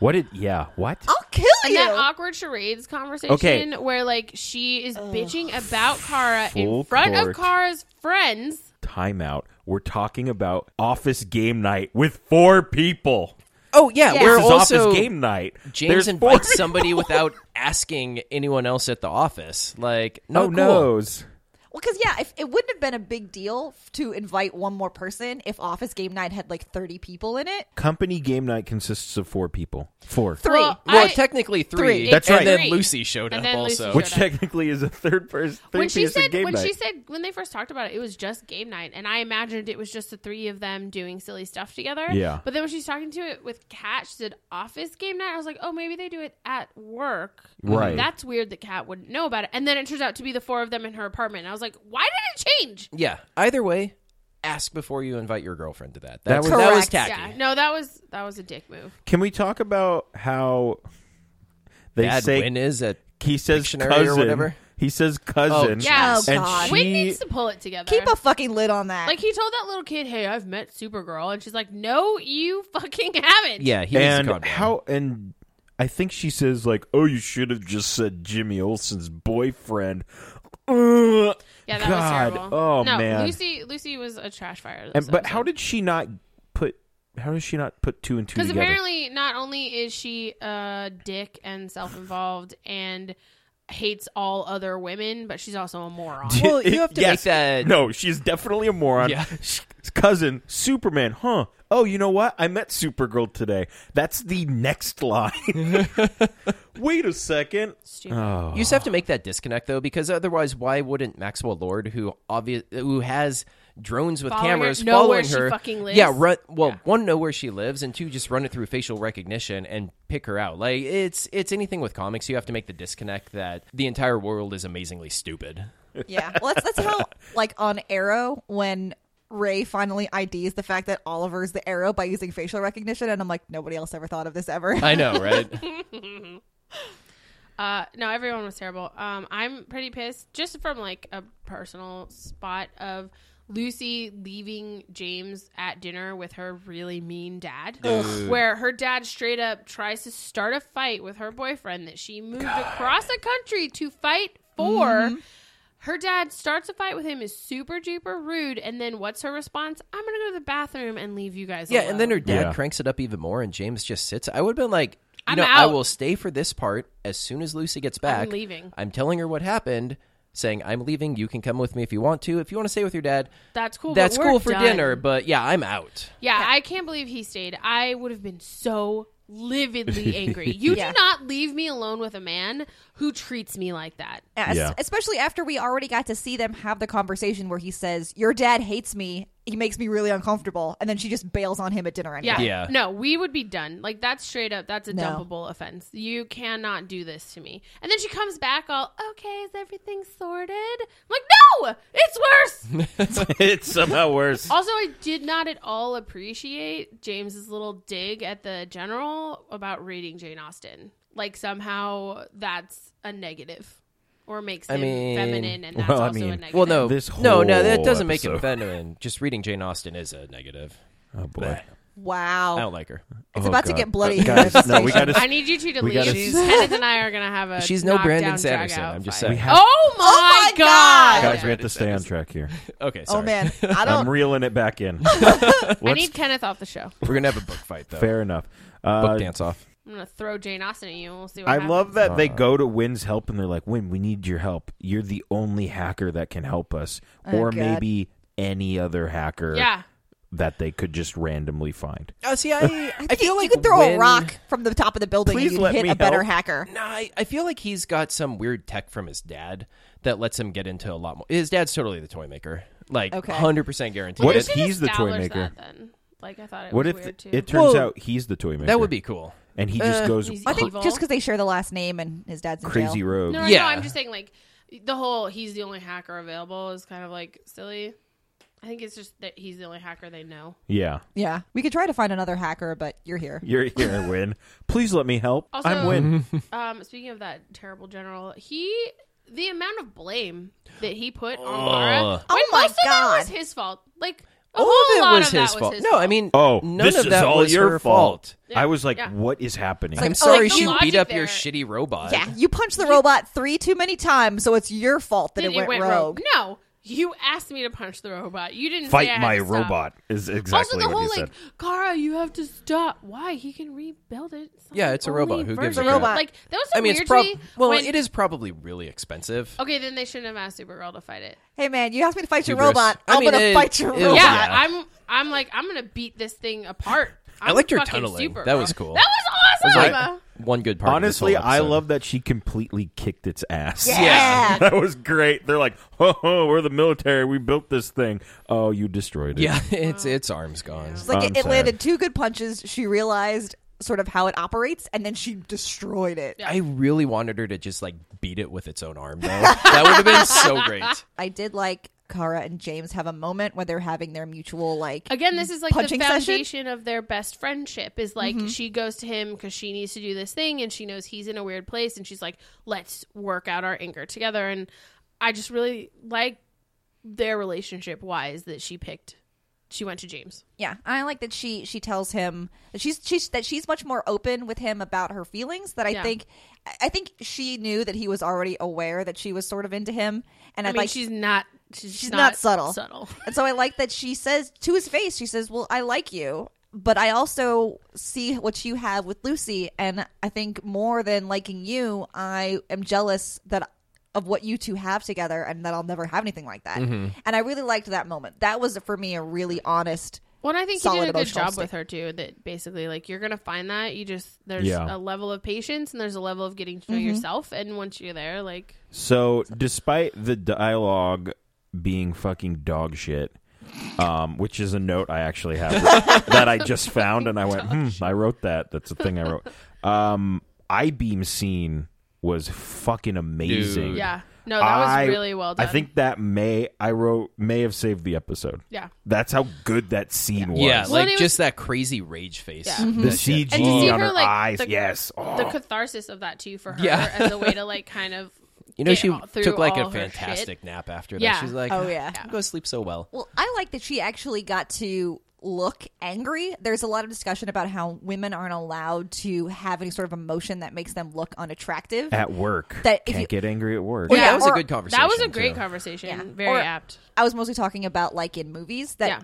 S1: What did? Yeah, what?
S4: I'll kill
S3: and
S4: you!"
S3: that awkward charades conversation
S1: Okay.
S3: where like she is bitching about Kara
S1: Full
S3: in front
S1: court.
S3: of Kara's friends.
S1: Timeout. We're talking about office game night with four people.
S2: Oh yeah,
S4: Yeah.
S2: we're
S1: This is
S2: also
S1: office game night.
S2: James
S1: There's four
S2: invites somebody without asking anyone else at the office. Like,
S1: Oh
S2: no, cool.
S1: noes.
S4: Well, because yeah, if, it wouldn't have been a big deal f- to invite one more person if Office Game Night had like 30 people in it.
S1: Company game night consists of four people. Four.
S4: Three.
S3: Well,
S2: Well,
S3: I-
S2: technically three.
S1: That's
S2: and
S1: right.
S2: then
S3: Three.
S2: Lucy showed
S3: And
S2: up
S3: then Lucy
S2: also.
S3: showed
S1: Which
S3: up.
S1: technically is a third person. Third
S3: when she
S1: person
S3: said
S1: game
S3: when
S1: night.
S3: she said when they first talked about it, it was just game night, and I imagined it was just the three of them doing silly stuff together.
S1: Yeah.
S3: But then when she's talking to it with Kat, she said office game night. I was like, oh, maybe they do it at work.
S1: Right.
S3: That's weird that Kat wouldn't know about it. And then it turns out to be the four of them in her apartment. And I was like, why did it change?
S2: yeah. Either way, ask before you invite your girlfriend to that.
S1: That
S2: That's,
S1: was-
S2: that was
S4: Correct.
S2: tacky.
S3: Yeah. No, that was that was a dick move.
S1: Can we talk about how they
S2: Bad
S1: say
S2: win is at
S1: he says
S2: Dictionary or
S1: cousin?
S2: whatever?
S1: He says cousin.
S2: Oh,
S3: Yeah.
S4: Oh,
S1: and
S4: God.
S1: she
S3: Wynn needs to pull it together.
S4: Keep a fucking lid on that.
S3: like he told that little kid, "Hey, I've met Supergirl," and she's like, "No, you fucking haven't."
S2: yeah. He needs to
S1: and
S2: calm down.
S1: how and I think she says like, "Oh, you should have just said Jimmy Olsen's boyfriend." Ugh.
S3: Yeah, that
S1: God.
S3: was terrible.
S1: Oh
S3: no,
S1: man.
S3: Lucy Lucy was a trash fire.
S1: and, but how did she not put? How does she not put two and two
S3: Because
S1: together?
S3: apparently, not only is she a dick and self-involved and hates all other women, but she's also a moron.
S2: Well, you have to
S1: Yes.
S2: make that-
S1: No, she's definitely a moron.
S2: Yeah.
S1: Sh- Cousin, Superman, huh? Oh, you know what? I met Supergirl today. That's the next line. Wait a second.
S3: Stupid.
S1: Oh.
S2: You just have to make that disconnect though, because otherwise, why wouldn't Maxwell Lord, who obvious, who has drones with
S3: Following her-
S2: cameras
S3: know where
S2: following
S3: she
S2: her,
S3: fucking lives?
S2: yeah, run. Well, one, know where she lives, and two, just run it through facial recognition and pick her out. Like it's it's anything with comics, you have to make the disconnect that the entire world is amazingly stupid.
S4: yeah. Well, that's, that's how, like, on Arrow, when Ray finally IDs the fact that Oliver's the Arrow by using facial recognition, and I'm like, nobody else ever thought of this ever.
S2: I know, right?
S3: Uh, no, everyone was terrible. Um, I'm pretty pissed just from like a personal spot of Lucy leaving James at dinner with her really mean dad, where her dad straight up tries to start a fight with her boyfriend that she moved across the country to fight for.
S2: Mm-hmm.
S3: Her dad starts a fight with him, is super duper rude, and then what's her response? I'm gonna go to the bathroom and leave you guys.
S2: yeah,
S3: alone.
S2: and then her dad
S1: Yeah.
S2: cranks it up even more, and James just sits. I would have been like. You
S3: I'm
S2: know, I
S3: out.
S2: will stay for this part as soon as Lucy gets back.
S3: leaving.
S2: I'm telling her what happened, saying, I'm leaving. You can come with me if you want to. If you want to stay with your dad,
S3: that's cool. but
S2: That's
S3: we're
S2: cool for
S3: done.
S2: dinner, but yeah, I'm out.
S3: Yeah, I can't believe he stayed. I would have been so lividly angry. You
S4: Yeah.
S3: do not leave me alone with a man who treats me like that.
S4: As-
S1: Yeah.
S4: Especially after we already got to see them have the conversation where he says, Your dad hates me. He makes me really uncomfortable. And then she just bails on him at dinner anyway.
S3: Yeah.
S2: Yeah.
S3: No, we would be done. Like that's straight up. That's a
S4: No.
S3: dumpable offense. You cannot do this to me. And then she comes back all, okay, is everything sorted? I'm like, no, it's worse.
S1: it's somehow worse.
S2: Oh,
S3: also, I did not at all appreciate James's little dig at the general about reading Jane Austen. Like somehow that's a negative, or makes
S2: I
S3: him
S2: mean-
S3: feminine, and that's
S1: Well, I
S3: also a
S1: mean-
S3: negative.
S2: Well, no,
S1: This
S2: no, no, that
S1: whole
S2: doesn't make it
S1: episode.
S2: feminine. Just reading Jane Austen is a negative.
S1: Oh boy.
S4: Wow.
S2: I don't like her.
S4: It's
S1: Oh,
S4: about to
S1: God.
S4: get
S1: Uh,
S4: bloody. in
S1: guys,
S4: this
S1: no, we
S4: station.
S1: gotta-
S3: I need you two to
S1: We
S3: leave.
S1: gotta-
S3: Kenneth and I are gonna have a.
S2: She's no
S3: knockdown,
S2: Brandon
S3: drag
S2: Sanderson,
S3: out
S2: I'm just
S3: fight.
S2: saying. We
S1: have-
S3: oh my,
S4: Oh my
S3: god!
S4: God!
S1: Guys, we have to stay on track here.
S2: Okay, sorry.
S4: Oh, man. I
S1: I'm
S4: don't.
S1: reeling it back in.
S3: I
S1: Let's-
S3: need Kenneth off the show.
S2: We're gonna have a book fight though.
S1: Fair enough.
S2: Book
S1: Uh,
S2: dance off.
S3: I'm gonna throw Jane Austen at you, and we'll see what
S1: I
S3: happens.
S1: love that
S2: Uh.
S1: they go to Wynn's help and they're like, Wynn, we need your help. You're the only hacker that can help us.
S4: Oh,
S1: or
S4: God.
S1: maybe any other hacker
S3: Yeah,
S1: that they could just randomly find.
S2: Oh, see, I, I
S4: I feel like you could throw a
S2: when-
S4: rock from the top of the building
S1: Please
S4: and you'd
S1: let
S4: hit
S1: me
S4: a better
S1: help.
S4: hacker.
S2: Nah, I, I feel like he's got some weird tech from his dad that lets him get into a lot more. His dad's totally the toy maker, like
S4: Okay.
S2: hundred percent guaranteed.
S1: What if
S3: Should
S1: he's the toy
S3: establish
S1: maker?
S3: That, then. Like I thought it
S1: What
S3: was
S1: if
S3: weird too.
S1: it turns
S2: Well,
S1: out he's the toy maker?
S2: that would be cool?
S1: And he just
S2: Uh,
S1: goes
S3: He's
S4: I think
S3: evil.
S4: just because they share the last name and his dad's in
S1: crazy
S4: jail.
S1: rogue.
S3: no, no,
S2: Yeah.
S3: no, I'm just saying like the whole he's the only hacker available is kind of like silly. I think it's just that he's the only hacker they know.
S1: Yeah.
S4: Yeah. We could try to find another hacker, but you're here.
S1: You're here, Win. Please let me help.
S3: Also-
S1: I'm Win.
S3: Um, speaking of that terrible general, he the amount of blame that he put on Clara. when
S4: Oh my
S3: most of that was
S4: God.
S3: his fault. Like a
S2: All
S3: whole
S2: of it
S3: lot
S2: was his
S3: of that
S2: fault.
S3: was his
S2: no,
S3: fault.
S2: I mean,
S1: Oh,
S2: none
S1: this
S2: of
S1: is
S2: that
S1: all
S2: was
S1: your
S2: her
S1: fault.
S2: fault.
S1: I was like,
S3: Yeah.
S1: what is happening?
S4: like-
S2: I'm
S4: Oh,
S2: sorry,
S4: the
S2: you
S3: logic
S2: beat up
S3: there-
S2: your shitty robot.
S4: Yeah. You punched the robot three too many times, so it's your fault that
S3: Did-
S4: it went, rogue.
S3: No, you asked me to punch the robot. You didn't say I
S1: Fight
S3: had
S1: my
S3: to stop.
S1: robot is exactly
S3: also, the
S1: what
S3: whole
S1: he
S3: like,
S1: said.
S3: Kara, you have to stop. Why? He can rebuild it. It's not
S2: Yeah,
S3: the
S2: it's a robot.
S3: only
S2: Who gives
S4: a
S3: version.
S4: crap?
S3: Like that was so
S2: I mean,
S3: weird
S2: it's prob-
S3: to me.
S2: well,
S3: when-
S2: it is probably really expensive.
S3: Okay, then they shouldn't have asked Supergirl to fight it.
S4: Hey, man, you asked me to fight your
S2: Hubris.
S4: robot.
S2: I
S4: I'm
S2: mean,
S4: going to
S2: it-
S4: fight your
S2: it-
S4: robot.
S3: Yeah,
S2: Yeah.
S3: I'm. I'm like, I'm gonna beat this thing apart. i
S2: liked your tunneling. That was cool.
S3: That was awesome.
S1: That was
S2: One good part. of this
S1: Honestly,
S2: whole
S1: I
S2: episode.
S1: love that she completely kicked its ass.
S4: Yeah.
S2: Yeah.
S1: that was great. They're like, oh, oh, we're the military. We built this thing. Oh, you destroyed it.
S2: Yeah, it's its arms gone.
S4: It's like
S1: I'm
S4: it, it
S1: sad.
S4: landed two good punches. She realized sort of how it operates, and then she destroyed it.
S2: I really wanted her to just like beat it with its own arm though. that would have been so great.
S4: I did like Kara and James have a moment where they're having their mutual like.
S3: Again, this is like the
S4: Punching session? Mm-hmm.
S3: foundation of their best friendship. Is like she goes to him because she needs to do this thing, and she knows he's in a weird place, and she's like, "Let's work out our anger together." And I just really like their relationship wise that she picked. She went to James.
S4: Yeah, I like that she she tells him that she's she's that she's much more open with him about her feelings. That I
S3: Yeah.
S4: think I- I think she knew that he was already aware that she was sort of into him, and
S3: I,
S4: I,
S3: mean,
S4: like
S3: she's not. She's,
S4: she's not subtle.
S3: Subtle.
S4: And so I like that she says to his face, she says, Well, I like you, but I also see what you have with Lucy. And I think more than liking you, I am jealous that of what you two have together and that I'll never have anything like that. And I really liked that moment. That was for me a really honest
S3: Well, and I think he
S4: solid
S3: did a good
S4: emotional
S3: job
S4: state.
S3: with her too. That basically, like, you're gonna find that you just there's
S1: Yeah.
S3: a level of patience and there's a level of getting
S4: Mm-hmm.
S3: to know yourself, and once you're there, like,
S1: So, despite the dialogue being fucking dog shit, um, which is a note I actually have that I just found, and I went, hmm, I wrote that. That's a thing I wrote. Um, I beam scene was fucking amazing.
S2: Dude.
S3: yeah, no, that was
S1: I-
S3: really well done.
S1: I think that may I wrote may have saved the episode.
S3: yeah.
S1: That's how good that scene was.
S2: Yeah,
S3: Well,
S2: like
S3: it was-
S2: just that crazy rage face.
S3: Yeah.
S1: the
S2: That shit.
S1: CG
S3: And to see
S1: on
S3: her,
S1: her,
S3: like,
S1: eyes.
S3: the-
S1: yes. Oh.
S3: the catharsis of that too for her
S2: Yeah.
S3: as a way to like kind of
S2: You know,
S3: get
S2: she
S3: all- through
S2: took like
S3: all
S2: a
S3: her
S2: fantastic nap after that.
S3: Yeah.
S2: She's like,
S4: Oh, yeah.
S2: I'm going to sleep so well.
S4: Well, I like that she actually got to look angry. There's a lot of discussion about how women aren't allowed to have any sort of emotion that makes them look unattractive.
S1: at work.
S4: That if
S1: Can't
S4: you-
S1: get angry at work.
S2: Well,
S3: Yeah,
S2: that was
S4: or-
S2: a good conversation.
S3: that was a great
S2: too.
S3: conversation
S4: Yeah.
S3: very
S4: Or-
S3: apt
S4: I was mostly talking about like in movies that
S3: Yeah.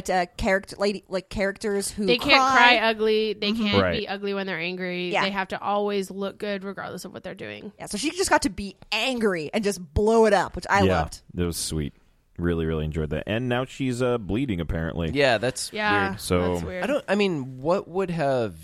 S4: that uh, character lady like characters who
S3: they can't cry ugly they can't
S1: Right.
S3: be ugly when they're angry
S4: Mm-hmm. Yeah.
S3: they have to always look good regardless of what they're doing
S4: Yeah, so she just got to be angry and just blow it up, which I
S1: yeah,
S4: loved.
S1: that was sweet. Really, really enjoyed that. And now she's uh, bleeding apparently.
S2: Yeah, that's
S3: yeah
S2: weird.
S1: So-
S3: that's weird.
S2: I don't. I mean, what would have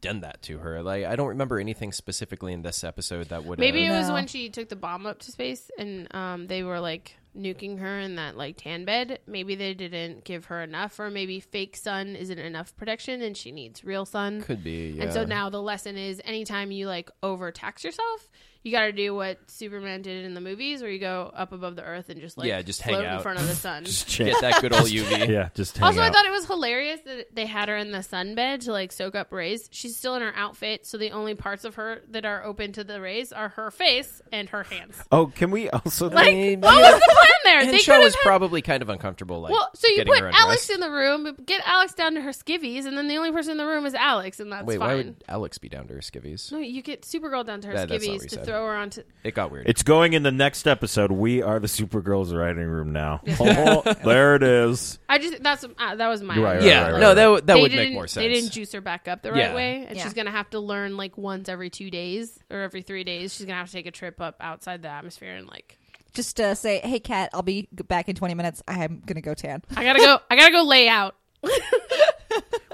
S2: done that to her. Like I don't remember anything specifically in this episode that would
S3: Maybe it was
S4: No.
S3: when she took the bomb up to space and um, they were like nuking her in that like tan bed. Maybe they didn't give her enough, or maybe fake sun isn't enough protection and she needs real sun.
S2: could be. Yeah.
S3: And so now the lesson is anytime you like overtax yourself, you got to do what Superman did in the movies where you go up above the earth and just like
S2: Yeah, just hang
S3: float in
S2: out.
S3: front of the sun.
S1: Just check.
S2: get that good old UV.
S1: yeah, just hang
S3: also, I
S1: out.
S3: thought it was hilarious that they had her in the sun bed to like soak up rays. She's still in her outfit, so the only parts of her that are open to the rays are her face and her hands.
S1: oh, can we also?
S3: Like,
S2: Maybe.
S3: what was the plan there?
S2: And
S3: they
S2: Shaw
S3: could have
S2: was
S3: had,
S2: probably kind of uncomfortable. Like,
S3: well, so you
S2: getting
S3: put
S2: her undressed.
S3: Alex in the room, get Alex down to her skivvies, and then the only person in the room is Alex, and that's
S2: Wait,
S3: fine.
S2: why would Alex be down to her skivvies?
S3: No, you get Supergirl down to her
S2: That- that's not what
S3: skivvies
S2: we
S3: to
S2: said.
S3: throw her onto.
S2: It got weird.
S1: It's going in the next episode. We are the Supergirl's writing room now. Oh, there it is.
S3: I just that's uh, that was my
S1: Right, right,
S2: yeah,
S1: right, right,
S2: no,
S1: right.
S2: that would that
S3: They
S2: would make
S3: didn't-
S2: more sense.
S3: They didn't juice her back up the right
S2: Yeah.
S3: way, and
S4: Yeah.
S3: she's gonna have to learn like once every two days or every three days. She's gonna have to take a trip up outside the atmosphere and like
S4: Just uh, say, hey, Kat, I'll be g- back in 20 minutes. I'm going to go tan.
S3: I gotta go, I gotta go lay out.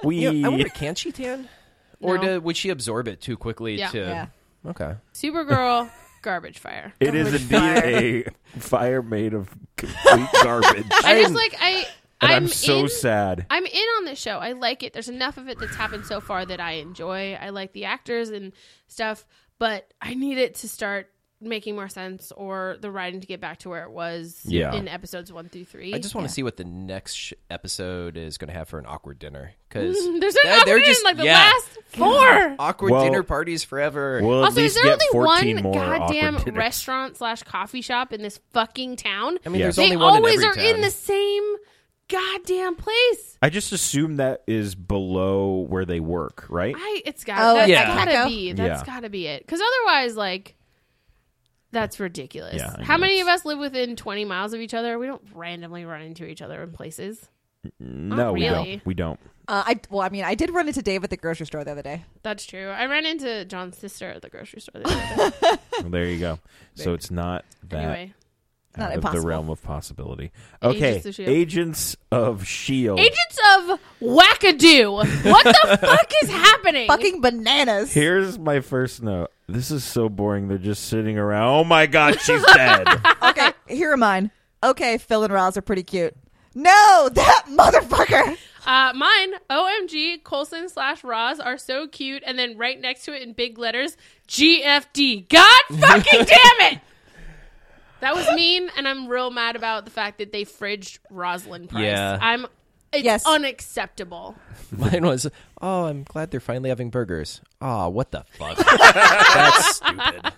S1: We
S2: Yeah, I wonder, can she tan? Or
S3: No.
S2: do, would she absorb it too quickly
S3: Yeah.
S2: to?
S4: Yeah.
S2: Okay.
S3: Supergirl, garbage fire.
S1: it is indeed a fire made of complete garbage.
S3: I just like I.
S1: and
S3: I'm,
S1: I'm, so
S3: in,
S1: sad.
S3: I'm in on this show. I like it. There's enough of it that's happened so far that I enjoy. I like the actors and stuff, but I need it to start making more sense or the writing to get back to where it was
S1: Yeah.
S3: in episodes one through three.
S2: I just want to see what the next sh- episode is going to have for an awkward dinner because
S3: There's an awkward in, like the last four.
S2: awkward
S1: Well-
S2: dinner parties forever.
S1: We'll at
S3: also, is
S1: least
S3: there
S1: get
S3: only
S1: 14
S3: one
S1: more
S3: goddamn
S1: awkward dinners.
S3: restaurant slash coffee shop in this fucking town?
S2: I mean,
S1: Yeah.
S2: there's
S3: they
S2: only one
S3: always
S2: in
S3: are
S2: every town.
S3: in the same goddamn place.
S1: I just assume that is below where they work, right?
S3: I it's got
S4: Oh,
S3: that's
S2: Yeah.
S3: gotta
S4: Echo?
S3: be that's
S1: Yeah.
S3: gotta be it because otherwise like that's ridiculous.
S1: Yeah, I
S3: How
S1: mean,
S3: many of
S1: it's-
S3: us live within twenty miles of each other? We don't randomly run into each other in places.
S1: no, we
S3: really.
S1: don't. We don't.
S4: Uh, I well, I mean, I did run into Dave at the grocery store the other day.
S3: That's true. I ran into John's sister at the grocery store. The other day.
S1: Well, there you go. So it's not that
S3: anyway,
S4: Not
S1: out of the
S4: impossible.
S1: realm of possibility.
S3: Agents
S1: Okay,
S3: of S.H.I.E.L.D..
S1: Agents of Shield.
S3: agents of wackadoo. What the fuck is happening?
S4: Fucking bananas.
S1: Here's my first note. This is so boring. They're just sitting around. Oh my god, she's dead.
S4: Okay, here are mine. Okay, Phil and Roz are pretty cute. No, that motherfucker.
S3: Uh, mine, OMG, Colson slash Roz are so cute, and then right next to it in big letters, GFD. God fucking damn it! That was mean, and I'm real mad about the fact that they fridged Rosalind Price.
S2: Yeah.
S3: I'm. It's
S4: Yes.
S3: unacceptable.
S2: Mine was, oh, I'm glad they're finally having burgers. Ah, what the fuck? That's stupid.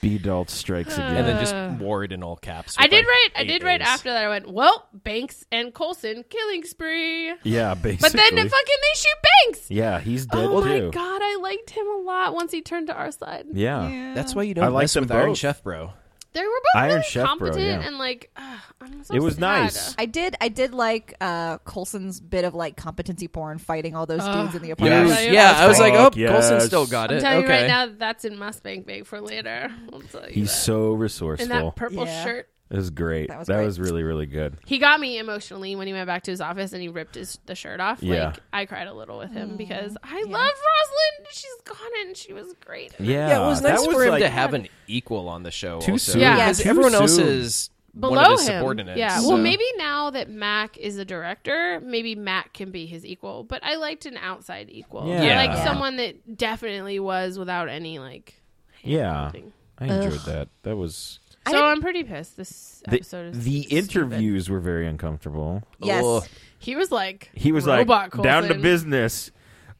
S1: B Dalt strikes
S2: And
S1: again.
S2: then just Ward in all caps.
S3: I
S2: with,
S3: did
S2: like,
S3: write. I
S2: eight
S3: did write
S2: A's.
S3: after that. I went, well, Banks and Colson killing spree,
S1: yeah, basically.
S3: but then fucking they shoot Banks.
S1: yeah, he's dead
S3: Oh my
S1: too.
S3: god, I liked him a lot once he turned to our side.
S1: Yeah.
S2: That's why you
S1: I
S2: don't
S1: like
S2: mess
S1: them
S2: with Iron
S1: both.
S2: Chef, bro.
S3: They were both
S1: Iron
S3: really
S1: Chef, bro,
S3: competent
S1: yeah.
S3: and like, ugh, I'm so
S1: It was
S3: sad.
S1: nice.
S4: I did. I did like uh, Colson's bit of like competency porn, fighting all those dudes in the
S3: Yeah,
S4: apartment.
S3: Yes.
S2: Yeah, yeah. I was like, oh,
S1: Fuck yes.
S2: Colson still got
S3: I'm
S2: it.
S3: telling
S2: okay.
S3: you right now, that's in my spank bag for later. I'll tell you
S1: He's
S3: that.
S1: so
S3: in
S1: resourceful.
S3: that purple
S4: Yeah.
S3: shirt.
S1: it was great. That
S4: That
S1: was,
S4: was great.
S1: really, really good.
S3: He got me emotionally when he went back to his office and he ripped his the shirt off.
S1: Yeah.
S3: Like I cried a little with him because I love Rosalind. She's gone and she was great.
S1: Yeah,
S2: Yeah, it was nice
S1: that
S2: for him
S1: like-
S2: to have an equal on the show.
S1: Too
S2: also.
S1: soon.
S3: Yeah.
S2: because
S1: Too
S2: everyone else
S1: soon.
S2: is one of
S3: Below
S2: his
S3: him.
S2: subordinates.
S3: Yeah.
S2: so-
S3: Well, maybe now that Mac is the director, maybe Mac can be his equal. But I liked an outside equal.
S1: Yeah.
S3: I like
S2: Yeah.
S3: someone that definitely was without any like.
S1: Yeah,
S3: handholding.
S1: I enjoyed that. That was
S4: I
S3: So
S4: didn't-
S3: I'm pretty pissed. This
S1: the,
S3: episode is
S1: the
S3: stupid.
S1: interviews were very uncomfortable.
S4: Yes.
S2: Ugh.
S3: He was like
S1: He was
S3: Robot
S1: like, down to
S3: Coulson."
S1: business.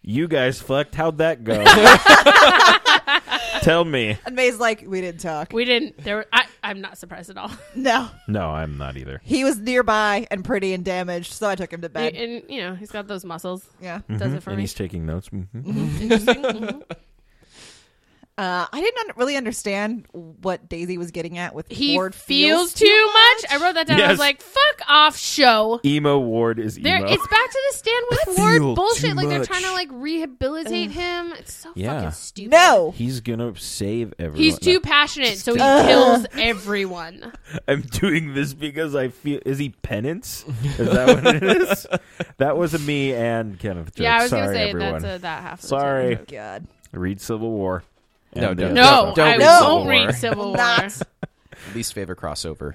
S1: You guys fucked. How'd that go? Tell me.
S4: And May's like, we didn't talk.
S3: We didn't. There, were, I, I'm not surprised at all.
S4: no,
S1: No, I'm not either.
S4: he was nearby and pretty and damaged, so I took him to bed.
S3: and you know, he's got those muscles.
S4: yeah.
S3: Does it for
S1: Mm-hmm. and Mm-hmm.
S3: me.
S1: he's taking notes. Mhm.
S3: Interesting. Mhm.
S4: Uh, I didn't un- really understand what Daisy was getting at with
S3: He
S4: Ward
S3: feels, too much. I wrote that down. I
S1: Yes.
S3: was like, "Fuck off, show."
S1: Emo Ward is emo.
S3: There, it's back to the stand with Ward
S1: Feel
S3: bullshit.
S1: too
S3: Like they're
S1: much.
S3: trying to like rehabilitate him. It's so
S1: Yeah.
S3: fucking stupid.
S4: No.
S1: He's gonna save everyone.
S3: He's too
S1: No.
S3: passionate, so he kills everyone.
S1: I'm doing this because I feel. Is he penance? Is that what it is? that was a me and Kenneth joke.
S3: yeah, I was
S1: Sorry,
S3: gonna say
S1: everyone.
S3: that's a, that half. of the
S1: Sorry.
S3: joke.
S4: Oh God.
S1: Read Civil War.
S2: No,
S1: And,
S2: don't.
S1: uh,
S3: No,
S2: Don't
S3: I
S2: read
S4: Civil
S3: won't
S2: War.
S3: read Civil War.
S4: Not.
S2: Least favorite crossover.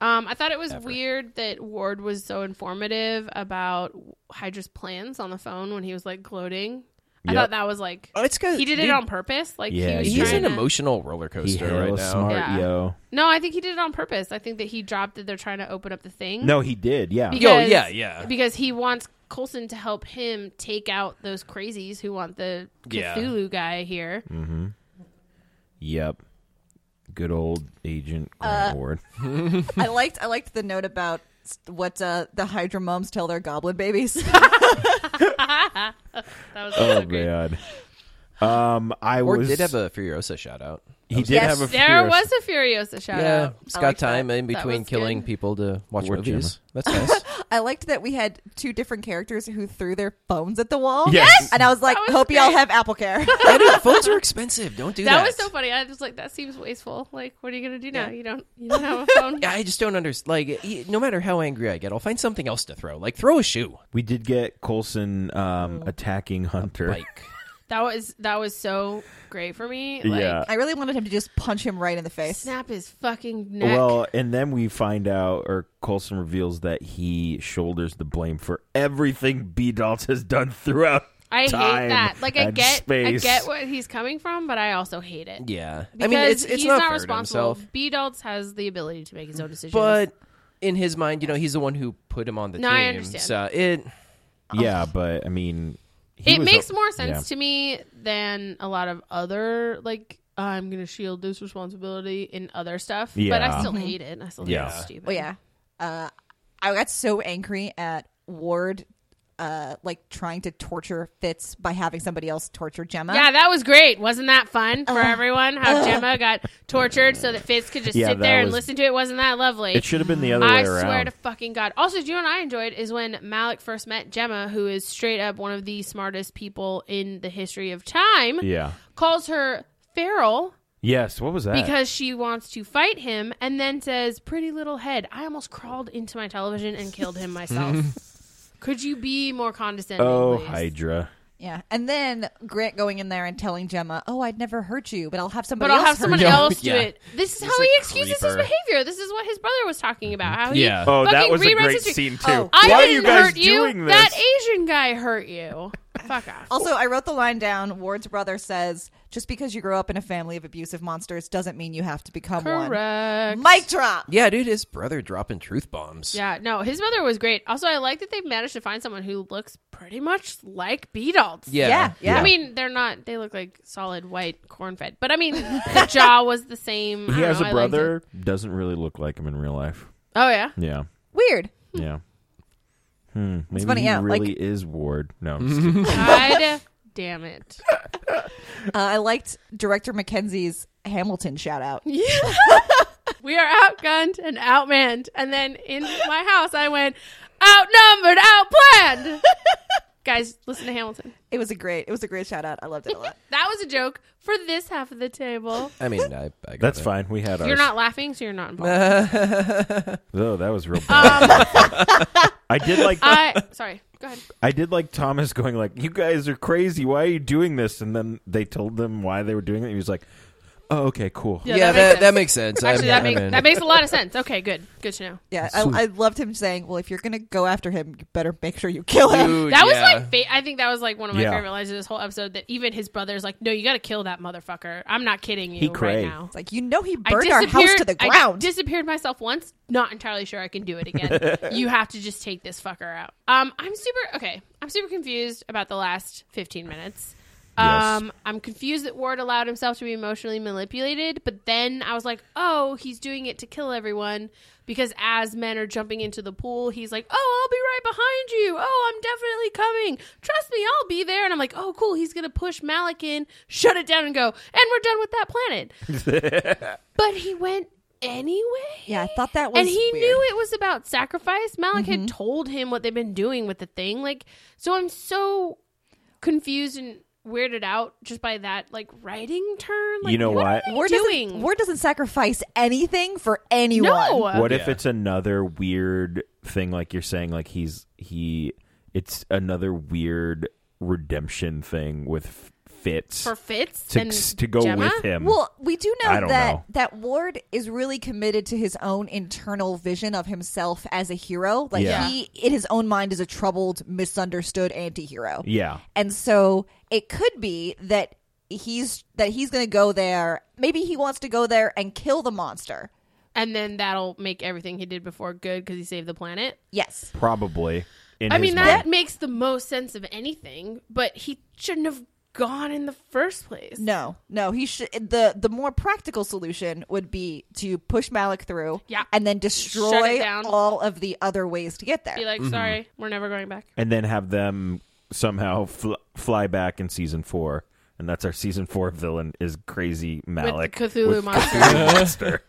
S3: Um, I thought it was
S2: Ever.
S3: weird that Ward was so informative about Hydra's plans on the phone when he was like gloating. I
S1: Yep.
S3: thought that was like
S2: Oh, it's good.
S3: he did it on purpose. Like
S1: Yeah,
S3: he was
S1: he
S2: Uh, He's
S3: trying
S2: an
S3: to-
S2: emotional roller
S1: He
S2: coaster right
S1: hella
S2: now.
S1: smart,
S3: Yeah. Mm-hmm.
S1: yo.
S3: No, I think he did it on purpose. I think that he dropped that they're trying to open up the thing.
S1: No, he did. Yeah.
S3: Because-
S2: Yo, Oh, yeah, yeah.
S3: because he wants Coulson to help him take out those crazies who want the
S2: Yeah.
S3: Cthulhu guy here.
S1: Mm. Yep. Good old Agent
S3: Uh,
S1: Grant Ward.
S4: I liked I liked the note about s- what uh, the Hydra moms tell their goblin babies.
S3: That was
S1: Oh
S3: also great.
S1: man. Um, I
S2: Or
S1: was.
S2: did have a Furiosa shout out.
S1: he did
S4: Yes,
S1: have a.
S3: There
S1: fierce-
S3: was a Furiosa shout
S2: yeah,
S3: out.
S2: it's
S4: I
S2: got
S4: like that.
S2: time in
S3: That
S2: between
S3: was
S2: killing
S3: good.
S2: people to watch
S1: War
S2: movies. That's nice.
S4: I liked that we had two different characters who threw their phones at the wall.
S1: Yes.
S4: And I was like,
S3: That was
S4: hope y'all
S3: great.
S4: have Apple Care.
S2: I know, phones are expensive. Don't do that.
S3: That was so funny. I was like, that seems wasteful. Like, what are you gonna do now? You don't, you don't have a phone.
S2: I just don't understand. Like, y- no matter how angry I get, I'll find something else to throw. Like, throw a shoe,
S1: We did get Colson um,
S3: Oh.
S1: attacking Hunter.
S2: bike.
S3: That was that was so great for me. Like,
S1: Yeah.
S4: I really wanted him to just punch him right in the face.
S3: snap his fucking neck.
S1: Well, and then we find out, or Colson reveals that he shoulders the blame for everything B. Dalt has done throughout.
S3: I
S1: time
S3: hate that. Like, I
S1: and
S3: get,
S1: space.
S3: I get what he's coming from, but I also hate it.
S2: Yeah, I
S3: Because
S2: mean, it's it's
S3: he's
S2: not,
S3: not,
S2: fair to
S3: responsible.
S2: himself,
S3: B Daltz has the ability to make his own decisions.
S2: but in his mind, you know, he's the one who put him on the
S3: No,
S2: team.
S3: I understand.
S2: So it
S1: Yeah, but I mean, he
S3: it
S1: was
S3: makes
S1: a-
S3: more
S1: yeah.
S3: sense to me than a lot of other like I'm gonna shield this responsibility in other stuff. But
S1: Yeah.
S3: I
S2: Mm-hmm.
S3: still hate it. I still think
S1: Yeah.
S3: it's stupid.
S4: Oh yeah. Uh, I got so angry at Ward uh, like trying to torture Fitz by having somebody else torture Gemma.
S3: Yeah, that was great. Wasn't that fun for everyone? How Gemma got tortured so that Fitz could just
S1: Yeah,
S3: sit
S1: that
S3: there and
S1: was-
S3: listen to it. Wasn't that lovely?
S1: It should have been the other
S3: I
S1: way around.
S3: swear to fucking God. Also, do you know what I enjoyed is when Malik first met Gemma, who is straight up one of the smartest people in the history of time,
S1: yeah.
S3: calls her feral
S1: Yes. What was that?
S3: because she wants to fight him and then says, Pretty little head, I almost crawled into my television and killed him myself. Could you be more condescending?
S1: oh,
S3: please?
S1: Hydra.
S4: Yeah. And then Grant going in there and telling Gemma, "Oh, I'd never hurt you, but I'll have somebody
S3: But I'll
S4: else
S3: have someone
S4: hurt you."
S3: else do
S2: Yeah.
S3: it. This is
S2: He's
S3: how
S2: a
S3: he excuses his
S2: creeper.
S3: behavior. This is what his brother was talking about. How he
S2: Yeah.
S1: Oh, that
S3: fucking
S1: was a
S3: reruns
S1: great
S3: his-
S1: scene too.
S4: Oh.
S3: I
S1: Why are you
S3: didn't
S1: guys
S3: hurt you.
S1: doing this?
S3: That Asian guy hurt you. Fuck off.
S4: Also, I wrote the line down. Ward's brother says, "Just because you grow up in a family of abusive monsters doesn't mean you have to become
S3: Correct.
S4: one." Mic drop.
S2: yeah, dude, his brother dropping truth bombs.
S3: Yeah, no, his mother was great. Also, I like that they've managed to find someone who looks pretty much like Beatles.
S2: yeah,
S4: Yeah. Yeah.
S3: I mean, they're not. They look like solid white corn fed. But I mean, the jaw was the same. I
S1: he
S3: don't
S1: has
S3: know,
S1: a
S3: I liked it.
S1: brother. Doesn't really look like him in real life.
S3: Oh yeah.
S1: Yeah.
S4: Weird.
S1: Yeah. Hmm. Maybe
S4: funny,
S1: he
S4: yeah, like-
S1: really is Ward. No. I'm just kidding.
S3: God damn it.
S4: Uh, I liked director Mackenzie's Hamilton shout out.
S3: We are outgunned and outmanned. And then in my house, I went outnumbered, outplanned. Guys, listen to Hamilton.
S4: It was a great. It was a great shout out. I loved it a lot.
S3: That was a joke for this half of the table.
S2: I mean, I, I got
S1: That's
S2: it.
S1: fine. We had ours.
S3: You're not laughing, so you're not involved.
S1: Oh, that was real bad.
S3: Um,
S1: I did like
S3: I sorry. Go ahead.
S1: I did like Thomas going like, "You guys are crazy. Why are you doing this?" And then they told them why they were doing it. He was like, "Oh, okay, cool."
S2: Yeah,
S3: Yeah, that
S2: that,
S3: makes
S2: that makes sense. I'm-
S3: Actually, that,
S2: I'm
S3: makes
S2: in.
S3: that makes a lot of sense. Okay, good. Good to know.
S4: Yeah, I, I loved him saying, "Well, if you're gonna go after him, you better make sure you kill him."
S2: Dude,
S3: That
S2: yeah.
S3: was my fa- I think that was like one of my
S1: Yeah.
S3: favorite lines of this whole episode. That even his brother's like, "No, you got to kill that motherfucker." I'm not kidding you
S1: He
S3: right
S1: craved.
S3: now.
S4: It's like you know he
S3: I
S4: burned our house to the
S3: I
S4: ground.
S3: disappeared myself once. Not entirely sure I can do it again. you have to just take this fucker out. Um, I'm super okay. I'm super confused about the last 15 minutes.
S1: Yes.
S3: Um, I'm confused that Ward allowed himself to be emotionally manipulated, but then I was like, oh, he's doing it to kill everyone because as men are jumping into the pool, he's like, oh, right behind you. Oh, I'm definitely coming. Trust me, I'll be there. And I'm like, oh, cool. He's going to push Malik in, shut it down, and go. And we're done with that planet. but he went anyway.
S4: Yeah, I thought that was
S3: And he
S4: weird. Mm-hmm.
S3: knew it was about sacrifice. Malik had told him what they've been doing with the thing. Like, so I'm so confused and weirded out just by that like writing turn. Like,
S1: You know
S3: what?
S1: what?
S3: Are they
S4: War
S3: doing?
S4: doesn't, War doesn't sacrifice anything for anyone.
S3: no.
S1: What if it's another weird thing like you're saying like he's he it's another weird redemption thing with F- Fitz
S3: for Fitz
S1: to
S3: and
S1: to go
S3: Gemma?
S1: with him.
S4: Well, we do
S1: I
S4: know
S1: don't
S4: that
S1: know.
S4: that Ward is really committed to his own internal vision of himself as a hero. Like
S1: Yeah.
S4: he in his own mind is a troubled, misunderstood anti-hero.
S1: yeah.
S4: And so it could be that he's that he's going to go there. Maybe he wants to go there and kill the monster.
S3: and then that'll make everything he did before good because he saved the planet.
S4: Yes.
S1: Probably. In
S3: I
S1: his
S3: mean,
S1: mind.
S3: that makes the most sense of anything, but he shouldn't have gone in the first place.
S4: No. No, he should the the more practical solution would be to push Malik through
S3: Yeah.
S4: and then destroy
S3: down.
S4: all of the other ways to get there.
S3: Be like,
S1: Mm-hmm.
S3: sorry, we're never going back.
S1: and then have them somehow fl- fly back in season 4 and that's our season 4 villain is crazy Malik
S3: with the Cthulhu
S1: with
S3: monster.
S1: monster.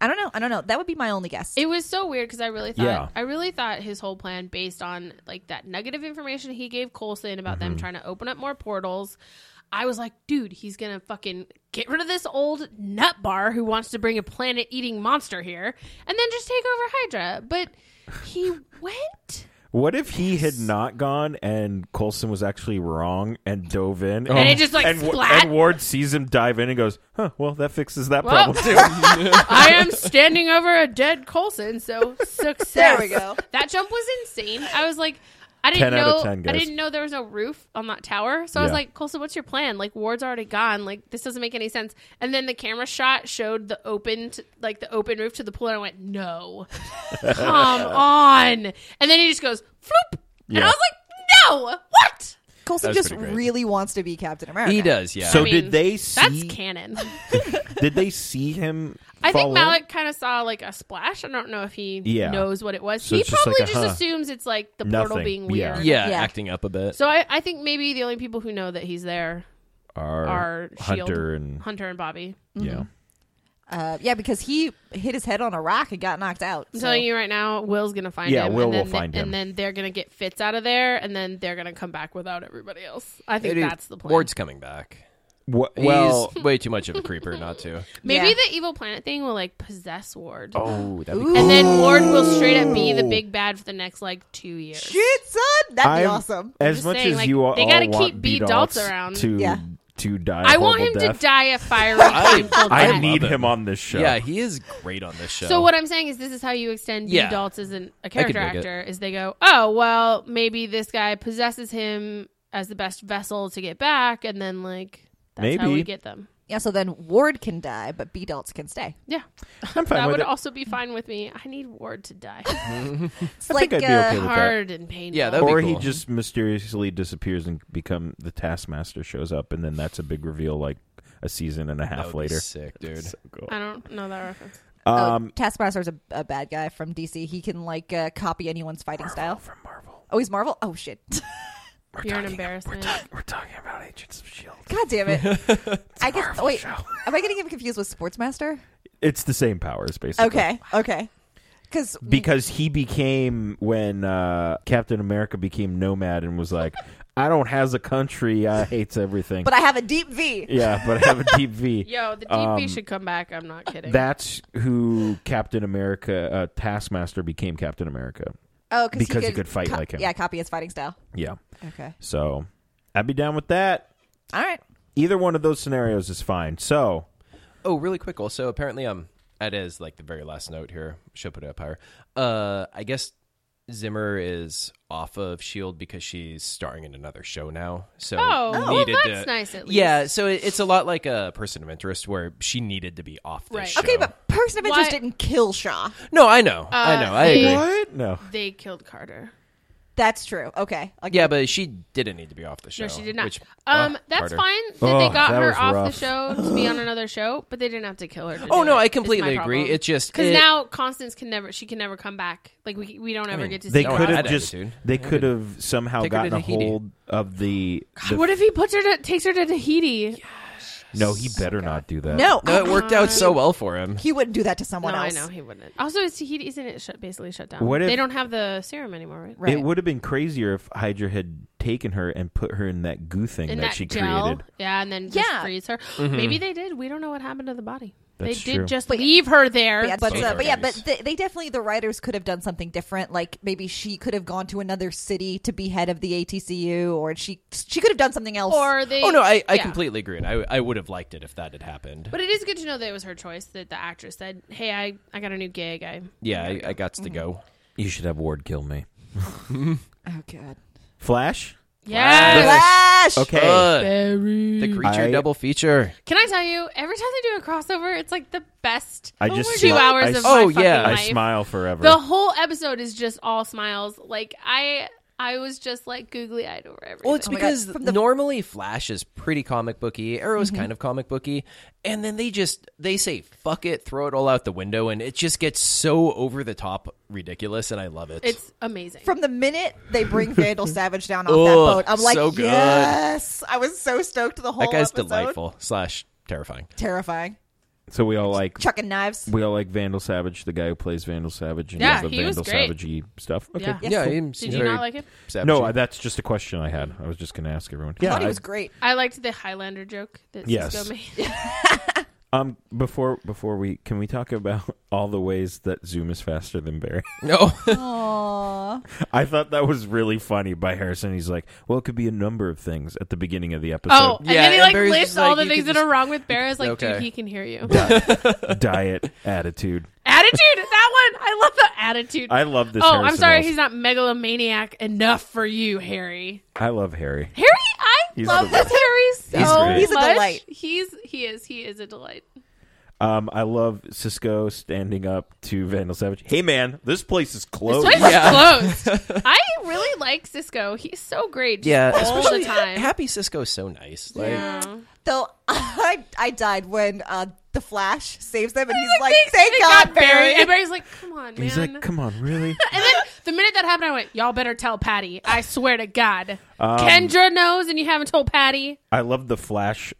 S4: I don't know. I don't know. That would be my only guess.
S3: It was so weird because I really thought
S1: Yeah.
S3: I really thought his whole plan based on like that nugget of information he gave Colson about them
S1: Mm-hmm.
S3: trying to open up more portals. I was like, dude, he's gonna fucking get rid of this old nut bar who wants to bring a planet eating monster here and then just take over Hydra. But he went
S1: What if he had not gone and Colson was actually wrong and dove in
S3: and it just like
S1: and, Wa-
S3: splat.
S1: and Ward sees him dive in and goes, "Huh, well that fixes that
S3: Well,
S1: problem too."
S3: I am standing over a dead Colson, so success.
S4: There we go.
S3: That jump was insane. I was like, I
S1: 10
S3: didn't
S1: out of
S3: know.
S1: 10,
S3: I
S1: guys.
S3: didn't know there was no roof on that tower. So I was
S1: Yeah.
S3: like, Colson, what's your plan? Like, Ward's already gone. Like, this doesn't make any sense. And then the camera shot showed the open, t- like the open roof to the pool, and I went, no, come on. And then he just goes floop, and
S1: Yeah.
S3: I was like, no, what?
S4: Coulson
S2: That was
S4: just
S2: pretty great.
S4: really wants to be Captain America.
S2: He does, yeah.
S1: so
S3: I mean,
S1: did they
S3: That's
S1: see
S3: canon.
S1: did they see him
S3: I
S1: fall
S3: think
S1: in?
S3: Malik kind of saw like a splash. I don't know if he
S1: Yeah.
S3: knows what it was.
S1: So
S3: he
S1: it's just
S3: probably
S1: like a,
S3: just
S1: huh.
S3: assumes it's like the portal
S1: Nothing.
S3: being
S1: Yeah.
S3: weird.
S2: yeah,
S4: Yeah.
S2: acting up a bit.
S3: So I, I think maybe the only people who know that he's there
S1: Our
S3: are Shield,
S1: Hunter and
S3: E Hunter and Bobby.
S1: yeah.
S4: Uh, yeah, because he hit his head on a rock and got knocked out.
S3: I'm
S4: so-
S3: telling you right now, Will's gonna find
S1: Yeah,
S3: him.
S1: Will
S3: and then
S1: will find him.
S3: and then they're gonna get Fitz out of there, and then they're gonna come back without everybody else. I think
S2: Maybe
S3: that's the plan.
S2: Ward's coming back.
S1: Wha- well,
S2: He's way too much of a creeper not to.
S3: maybe
S4: Yeah.
S3: the evil planet thing will like possess Ward,
S2: Oh, that'd
S4: Ooh,
S3: and then Ward will straight up be
S1: Oh.
S3: the big bad for the next like two years.
S4: shit, son, that'd be
S1: I'm-
S4: awesome.
S1: As
S3: just
S1: much
S3: saying,
S1: as
S3: like,
S1: you all
S3: they gotta
S1: want
S3: keep B.
S1: B-Dalts
S3: Daltz around.
S1: to
S4: Yeah.
S1: to die.
S3: I want him
S1: horrible death,
S3: to die a fiery, painful death.
S1: I
S2: Love
S1: need
S2: it.
S1: him on this show.
S2: Yeah, he is great on this show.
S3: So what I'm saying is, this is how you extend B.
S2: Yeah.
S3: Daltz as an, a character
S2: dig it.
S3: actor. Is they go, oh well, maybe this guy possesses him as the best vessel to get back, and then like that's how
S1: Maybe.
S3: we get them.
S4: Yeah, so then Ward can die, but B Daltz can stay.
S3: Yeah,
S1: I'm fine
S3: that
S1: with
S3: would
S1: it.
S3: also be fine with me. I need Ward to die,
S4: It's
S1: I
S4: like
S1: think I'd be
S4: uh,
S1: okay with that.
S3: hard and painful.
S2: Yeah, that would be
S1: or he
S2: cool.
S1: just mysteriously disappears and become the Taskmaster shows up, and then that's a big reveal like a season and a
S2: That
S1: half
S2: would be
S1: later.
S2: sick, dude.
S1: So cool.
S3: I don't know that reference.
S4: oh,
S1: Um,
S4: Taskmaster's a, a bad guy from DC. He can like uh, copy anyone's fighting style.
S1: from Marvel.
S4: Oh, he's Marvel. Oh shit!
S1: We're
S3: You're an
S1: talking-
S3: embarrassment.
S1: We're talking about Agents of Shield.
S4: God damn it! I
S1: E
S4: guess.
S1: Marvel
S4: Wait,
S1: show.
S4: am I getting him confused with Sportsmaster?
S1: It's the same powers, basically.
S4: Okay, okay. Because
S3: Mm.
S1: Because he became when uh, Captain America became Nomad and was like, "I don't has a country. I hates everything."
S4: but I have a deep V.
S1: yeah, but I have a deep V.
S3: Yo, the DP
S1: Um,
S3: should come back. I'm not kidding.
S1: That's who Captain America, uh, Taskmaster became Captain America.
S4: Oh, cause
S1: Because he could fight like him.
S4: Yeah, copy his fighting style.
S1: Yeah.
S4: Okay.
S1: So I'd be down with that.
S4: All right.
S1: Either one of those scenarios is fine. So
S2: Oh, really quick. Also, apparently, um, that is like the very last note here. She'll put it up higher. Uh, I guess Zimmer is off of Shield E because she's starring in another show now. So
S3: Oh, well,
S2: needed
S3: that's
S2: to-
S3: nice at least.
S2: Yeah, so it, it's a lot like a person of interest where she needed to be off this
S3: Right.
S2: show.
S4: Okay, but person of interest
S3: Why-
S4: didn't kill Shaw.
S2: no, I know, I know, I
S3: Uh,
S2: agree.
S1: what? No.
S3: they killed Carter.
S4: That's true. Okay. I'll
S2: Yeah,
S4: give-
S2: but she didn't need to be off the show.
S3: No, she did not.
S2: Oh, which-
S3: um,
S2: ugh,
S3: that's
S2: harder.
S3: fine that they
S1: Ugh,
S3: got
S1: that
S3: her
S1: was
S3: off
S1: rough.
S3: the show to be on another show, but they didn't have to kill her. to
S2: Oh
S3: do
S2: no, I
S3: it, is my
S2: completely agree.
S3: problem.
S2: It just
S3: because
S2: it-
S3: now Constance can never, she can never come back. Like we, we don't ever
S2: mean,
S3: get to.
S1: They
S3: see
S2: No,
S1: could
S2: I
S1: have
S2: had
S1: just
S2: attitude.
S1: they
S2: I
S1: could have somehow
S2: Take her to
S1: gotten a
S2: Tahiti.
S1: hold of the, the
S3: What if he puts her to takes her to Tahiti?
S1: No, he better not do that.
S4: no,
S2: No, it worked out so well for him.
S4: he wouldn't do that to someone
S3: no,
S4: else.
S3: I know he wouldn't. Also, is Tahiti isn't it shut, basically shut down?
S1: What if-
S3: they don't have the serum anymore, right?
S4: Right.
S1: It would have been crazier if Hydra had taken her and put her in that goo thing
S3: In
S1: that,
S3: that,
S1: she
S3: gel,
S1: created.
S3: yeah, and then just
S4: Yeah.
S3: freeze her. Maybe they did. We don't know what happened to the body.
S1: That's
S3: they
S1: true.
S3: did just
S4: But-
S3: leave her there.
S4: But yeah,
S3: but
S4: but,
S2: both
S4: uh, but yeah, but
S2: parties.
S4: they, they definitely the writers could have done something different. Like maybe she could have gone to another city to be head of the ATCU, or she she could have done something else.
S3: or they.
S2: Oh no, I, I
S3: yeah.
S2: completely agree, and I I would have liked it if that had happened.
S3: But it is good to know that it was her choice. That the actress said, "Hey, I, I got a new gig. I
S2: yeah, I, I got to go.
S1: You should have Ward kill me.
S4: oh god,
S1: Flash?
S3: yeah."
S4: Flash.
S1: Okay.
S2: Ugh,
S3: Very.
S2: the creature
S1: I-
S2: double feature.
S3: Can I tell you? Every time they do a crossover, it's like the best.
S1: I just
S3: two
S1: smi-
S3: hours
S1: I
S3: of
S1: s-
S3: my
S2: Oh,
S3: fucking
S2: yeah.
S1: I
S3: life.
S1: smile forever.
S3: The whole episode is just all smiles. Like I, I was just like googly eyed over everything.
S2: Well, it's
S4: my God,
S2: because
S4: from the-
S2: normally Flash is pretty comic booky, Arrow's kind of comic booky, and then they just they say fuck it, throw it all out the window, and it just gets so over the top ridiculous, and I love it.
S3: it's amazing.
S4: From the minute they bring Vandal Savage down off that
S2: Ugh,
S4: boat, I'm like,
S2: so good.
S4: yes, I was so stoked the whole
S2: that guy's
S4: episode.
S2: delightful slash terrifying.
S4: terrifying,
S1: so we all like
S4: chucking knives.
S1: we all like Vandal Savage, the guy who plays Vandal Savage and
S3: Yeah,
S1: all the
S3: he was
S1: Vandal
S3: great.
S1: Savagey stuff. Okay.
S3: Yeah.
S4: Yes.
S2: yeah,
S4: Cool.
S2: he's
S3: Did you
S2: very
S3: not like it?
S2: savage.
S1: No, I, that's just a question I had. I was just going to ask everyone.
S4: I
S1: Yeah.
S4: thought he was great.
S3: I liked the Highlander joke that
S1: Yes.
S3: Cisco made.
S1: um before before we can we talk about all the ways that Zoom is faster than Barry?
S2: no.
S4: Aww.
S1: I thought that was really funny by Harrison. He's like, "Well, it could be a number of things at the beginning of the
S3: Oh,
S1: episode.
S3: and then he
S2: and
S3: like
S2: Barry's
S3: lists
S2: just
S3: all
S2: like,
S3: the
S2: you
S3: things
S2: could
S3: that are wrong with Bear. Is like, dude,
S2: Okay.
S3: he can hear you. Oh.
S1: Diet, attitude.
S3: attitude, that one. I love the attitude.
S1: I love this
S3: oh,
S1: Harrison
S3: I'm sorry,
S1: Wells.
S3: he's not megalomaniac enough for you, Harry.
S1: I love Harry.
S3: Harry, I
S1: He's
S3: love
S1: the
S3: this
S1: best.
S3: Harry so
S1: great.
S4: Oh, He's a
S3: much.
S4: delight.
S3: He's he is he is a delight.
S1: Um, I love Cisco standing up to Vandal Savage. Hey, man, this place is closed.
S3: Place
S2: Yeah.
S3: is closed. I really like Cisco. He's so great. Just
S2: Yeah,
S3: all
S2: especially
S3: the time.
S2: Happy Cisco's so nice. Like
S3: Yeah.
S4: Though I I died when uh, the Flash saves them, and he's like,
S3: Thanks,
S4: "Thank, God, Barry."
S3: And Barry's like, "Come on, man."
S1: He's like, come on, really?
S3: and then the minute that happened, I went, "Y'all better tell Patty. I swear to God, Kendra knows, and you haven't told Patty."
S1: I love the flash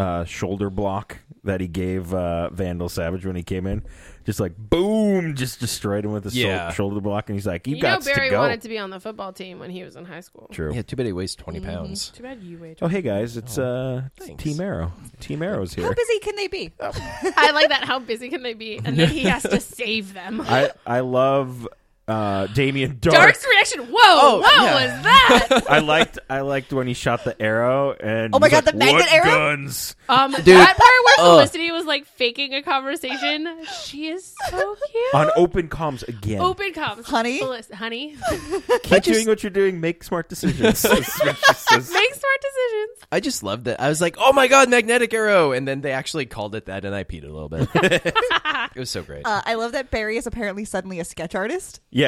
S1: uh, shoulder block that he gave uh, Vandal Savage when he came in. Just like, boom, just destroyed him with a
S2: Yeah.
S1: shoulder block. And he's like, you,
S3: You know,
S1: got
S3: Barry
S1: to go.
S3: wanted to be on the football team when he was in high school.
S1: True.
S2: Yeah, too bad he weighs 20 pounds.
S3: Too bad you wait.
S1: Oh, hey, guys, it's, uh, it's
S2: thanks.
S1: Team Arrow. Team Arrow's
S4: How
S1: here.
S4: busy can they be?
S3: I like that. How busy can they be? And then he has to save them.
S1: I, I love uh, Damien Dark.
S3: Dark's reaction. Whoa! what
S2: yeah.
S3: was that?
S1: I liked I liked when he shot the arrow and
S4: Oh my
S1: he's
S4: God,
S1: like,
S4: the magnet
S1: "What
S4: arrow?"
S1: guns.
S3: Um,
S2: Dude. uh,
S3: that part where
S2: Ugh.
S3: Felicity was like faking a conversation. She is so cute.
S1: on open comms again.
S3: Open comms,
S4: Honey?
S3: Felic- honey,
S1: Keep doing what you're doing. Make smart decisions. That's what she says.
S3: make smart decisions.
S2: I just loved it. I was like, "Oh my god, magnetic arrow!" And then they actually called it that, and I peed a little bit. it was so great.
S4: Uh, I love that Barry is apparently suddenly a sketch artist.
S1: yes.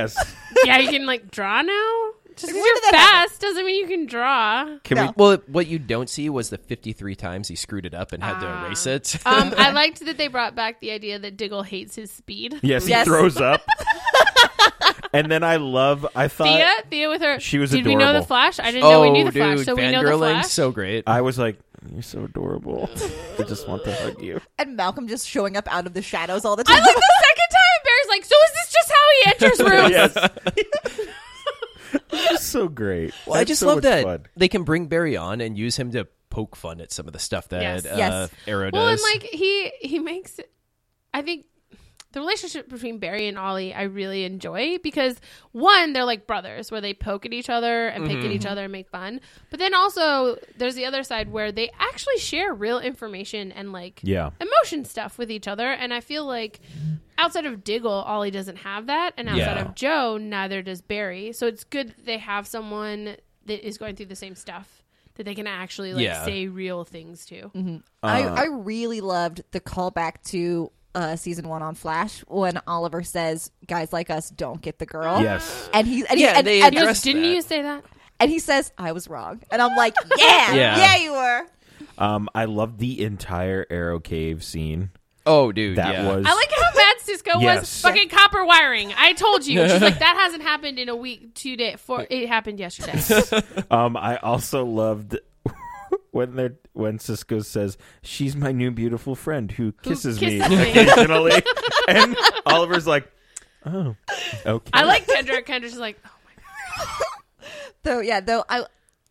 S3: yeah, you can like draw now. Just because
S4: Where did
S3: you're
S4: that happen?
S3: fast doesn't mean you can draw. Um,
S1: Can
S4: No.
S1: we?
S2: well, what you don't see was the 53 times he screwed it up and had
S3: Ah.
S2: to erase it.
S3: Um, I liked that they brought back the idea that Diggle hates his speed.
S1: Yes,
S4: Yes.
S1: He throws up. and then I love. I thought
S3: Thea, Thea with her.
S1: She was
S3: Did we know the
S1: adorable.
S3: Flash? I didn't know
S2: oh,
S3: we knew the
S2: dude,
S3: Flash, so we know the
S2: fangirling,
S3: Flash.
S2: so great.
S1: I was like, "You're so adorable. I just want to hug you."
S4: and Malcolm just showing up out of the shadows all the
S3: I
S4: time.
S3: like the second time Barry's like, so is this just how he enters rooms?
S1: Yes. It's so great.
S2: well, I
S1: That's
S2: just
S1: so
S2: love
S1: much
S2: that
S1: fun.
S2: they can bring Barry on and use him to poke fun at some of the stuff that
S3: Yes.
S2: uh,
S4: Yes.
S2: Arrow does.
S3: Well, and like he he makes, it- I think the relationship between Barry and Ollie I really enjoy because one they're like brothers where they poke at each other and pick at each other and make fun, but then also there's the other side where they actually share real information and like
S1: Yeah.
S3: emotion stuff with each other, and I feel like outside of Diggle Ollie doesn't have that, and outside
S1: Yeah.
S3: of Joe neither does Barry, so it's good that they have someone that is going through the same stuff. That they can actually like
S2: Yeah.
S1: Uh,
S3: say real things to.
S4: I, I really loved the callback to uh, season one on Flash when Oliver says guys like us don't get the girl.
S1: Yes.
S4: And he and
S2: Yeah,
S4: he, and,
S2: they
S4: and,
S3: He goes,
S2: address
S3: Didn't
S2: that.
S3: you say that?
S4: and he says I was wrong, and I'm like, yeah,
S2: Yeah.
S4: yeah, you were.
S1: Um, I love the entire Arrow Cave scene.
S2: Oh, dude,
S1: That
S2: yeah.
S1: was
S3: I like how mad Cisco
S1: Yes.
S3: was fucking copper wiring. I told you. She's like, that hasn't happened in a week, two day, four. It happened yesterday.
S1: Um, I also loved when they're when Cisco says she's my new beautiful friend who kisses,
S3: kisses
S1: me
S3: me."
S1: occasionally, and Oliver's like, "Oh, okay."
S3: I like Kendra. Kendra's like, oh my god.
S4: Though yeah, though I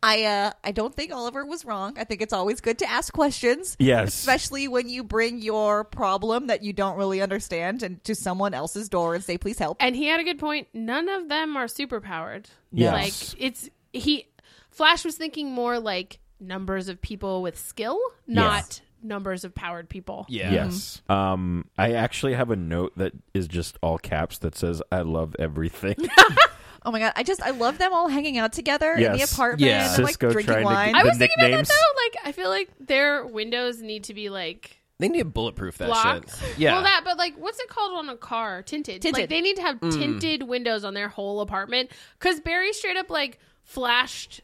S4: I uh I don't think Oliver was wrong. I think it's always good to ask questions.
S1: Yes.
S4: Especially when you bring your problem that you don't really understand and to someone else's door and say, please help.
S3: And he had a good point. None of them are superpowered.
S1: Yes.
S3: Like it's he. Flash was thinking more like numbers of people with skill, not numbers of powered people.
S2: yeah.
S1: Yes.
S3: Mm-hmm.
S1: Um, I actually have a note that is just all caps that says "I love everything."
S4: Oh my god, I just I love them all hanging out together in the
S1: Yes.
S4: apartment
S2: Yeah.
S4: and like
S1: Cisco trying
S4: drinking
S1: to
S4: wine.
S1: get-
S3: I
S1: The
S3: was thinking about that
S1: nicknames?
S3: though. Like I feel like their windows need to be like
S2: They need to bulletproof that
S3: blocked.
S2: shit. Yeah.
S3: Well, that but like what's it called on a car? Tinted. Like
S4: Tinted.
S3: they need to have tinted windows on their whole apartment because Barry straight up like flashed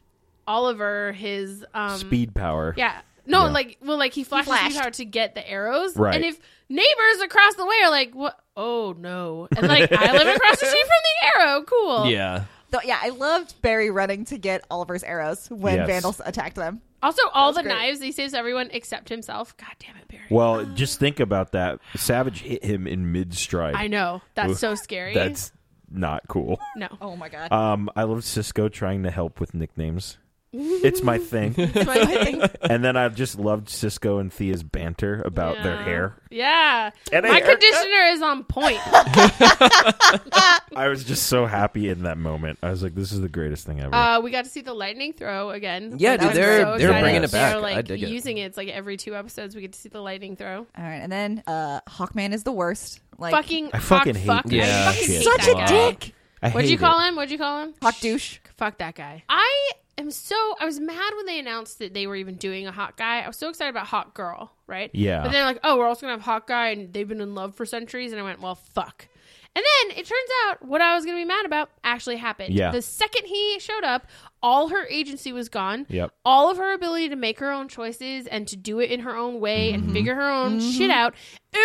S3: Oliver his um
S1: Speed power.
S3: Yeah. No,
S1: Yeah.
S3: like well, like he flashed, his
S4: flashed.
S3: guitar to get the arrows.
S1: Right.
S3: And if neighbors across the way are like, "What? Oh no!" and like I live across the street from the arrow. Cool.
S2: yeah.
S4: Though, yeah, I loved Barry running to get Oliver's arrows when
S1: Yes.
S4: Vandals attacked them.
S3: Also, all the
S4: great.
S3: knives he saves everyone except himself. God damn it, Barry.
S1: Well, just think about that. Savage hit him in mid stride.
S3: I know that's
S1: Oof.
S3: so scary.
S1: That's not cool.
S3: no.
S4: Oh my god.
S1: Um, I love Cisco trying to help with nicknames. It's my thing. and then I just loved Cisco and Thea's banter about their
S3: Yeah.
S1: hair.
S3: Yeah.
S1: And a
S3: My
S1: haircut.
S3: conditioner is on point.
S1: I was just so happy in that moment. I was like, "This is the greatest thing ever."
S3: Uh, we got to see the lightning throw again.
S2: Yeah,
S3: Like,
S2: dude,
S3: I'm
S2: they're-
S1: they're
S3: excited
S1: bringing
S3: that
S1: it
S3: they're,
S2: back. I
S3: like
S2: dig it.
S3: using it. It's like every two episodes we get to see the lightning throw.
S4: All right, and then uh Hawkman is the worst. Like
S3: fucking
S1: I fucking
S3: Hawk
S1: hate
S3: fuck.
S1: this
S3: I
S2: Yeah.
S3: fucking
S1: shit.
S3: hate
S4: Such
S3: that
S4: a
S3: guy.
S4: dick.
S1: I
S3: What'd you
S1: hate
S3: call
S1: it.
S3: him? What'd you call him?
S4: Hawk douche.
S3: Fuck that guy. I am so. I was mad when they announced that they were even doing a hot guy. I was so excited about hot girl, right?
S1: Yeah.
S3: But they're like, oh, we're also gonna have hot guy, and they've been in love for centuries. And I went, well, fuck. And then it turns out what I was gonna be mad about actually happened.
S1: Yeah.
S3: The second he showed up, all her agency was gone.
S1: Yep.
S3: All of her ability to make her own choices and to do it in her own way
S1: Mm-hmm.
S3: and figure her own shit out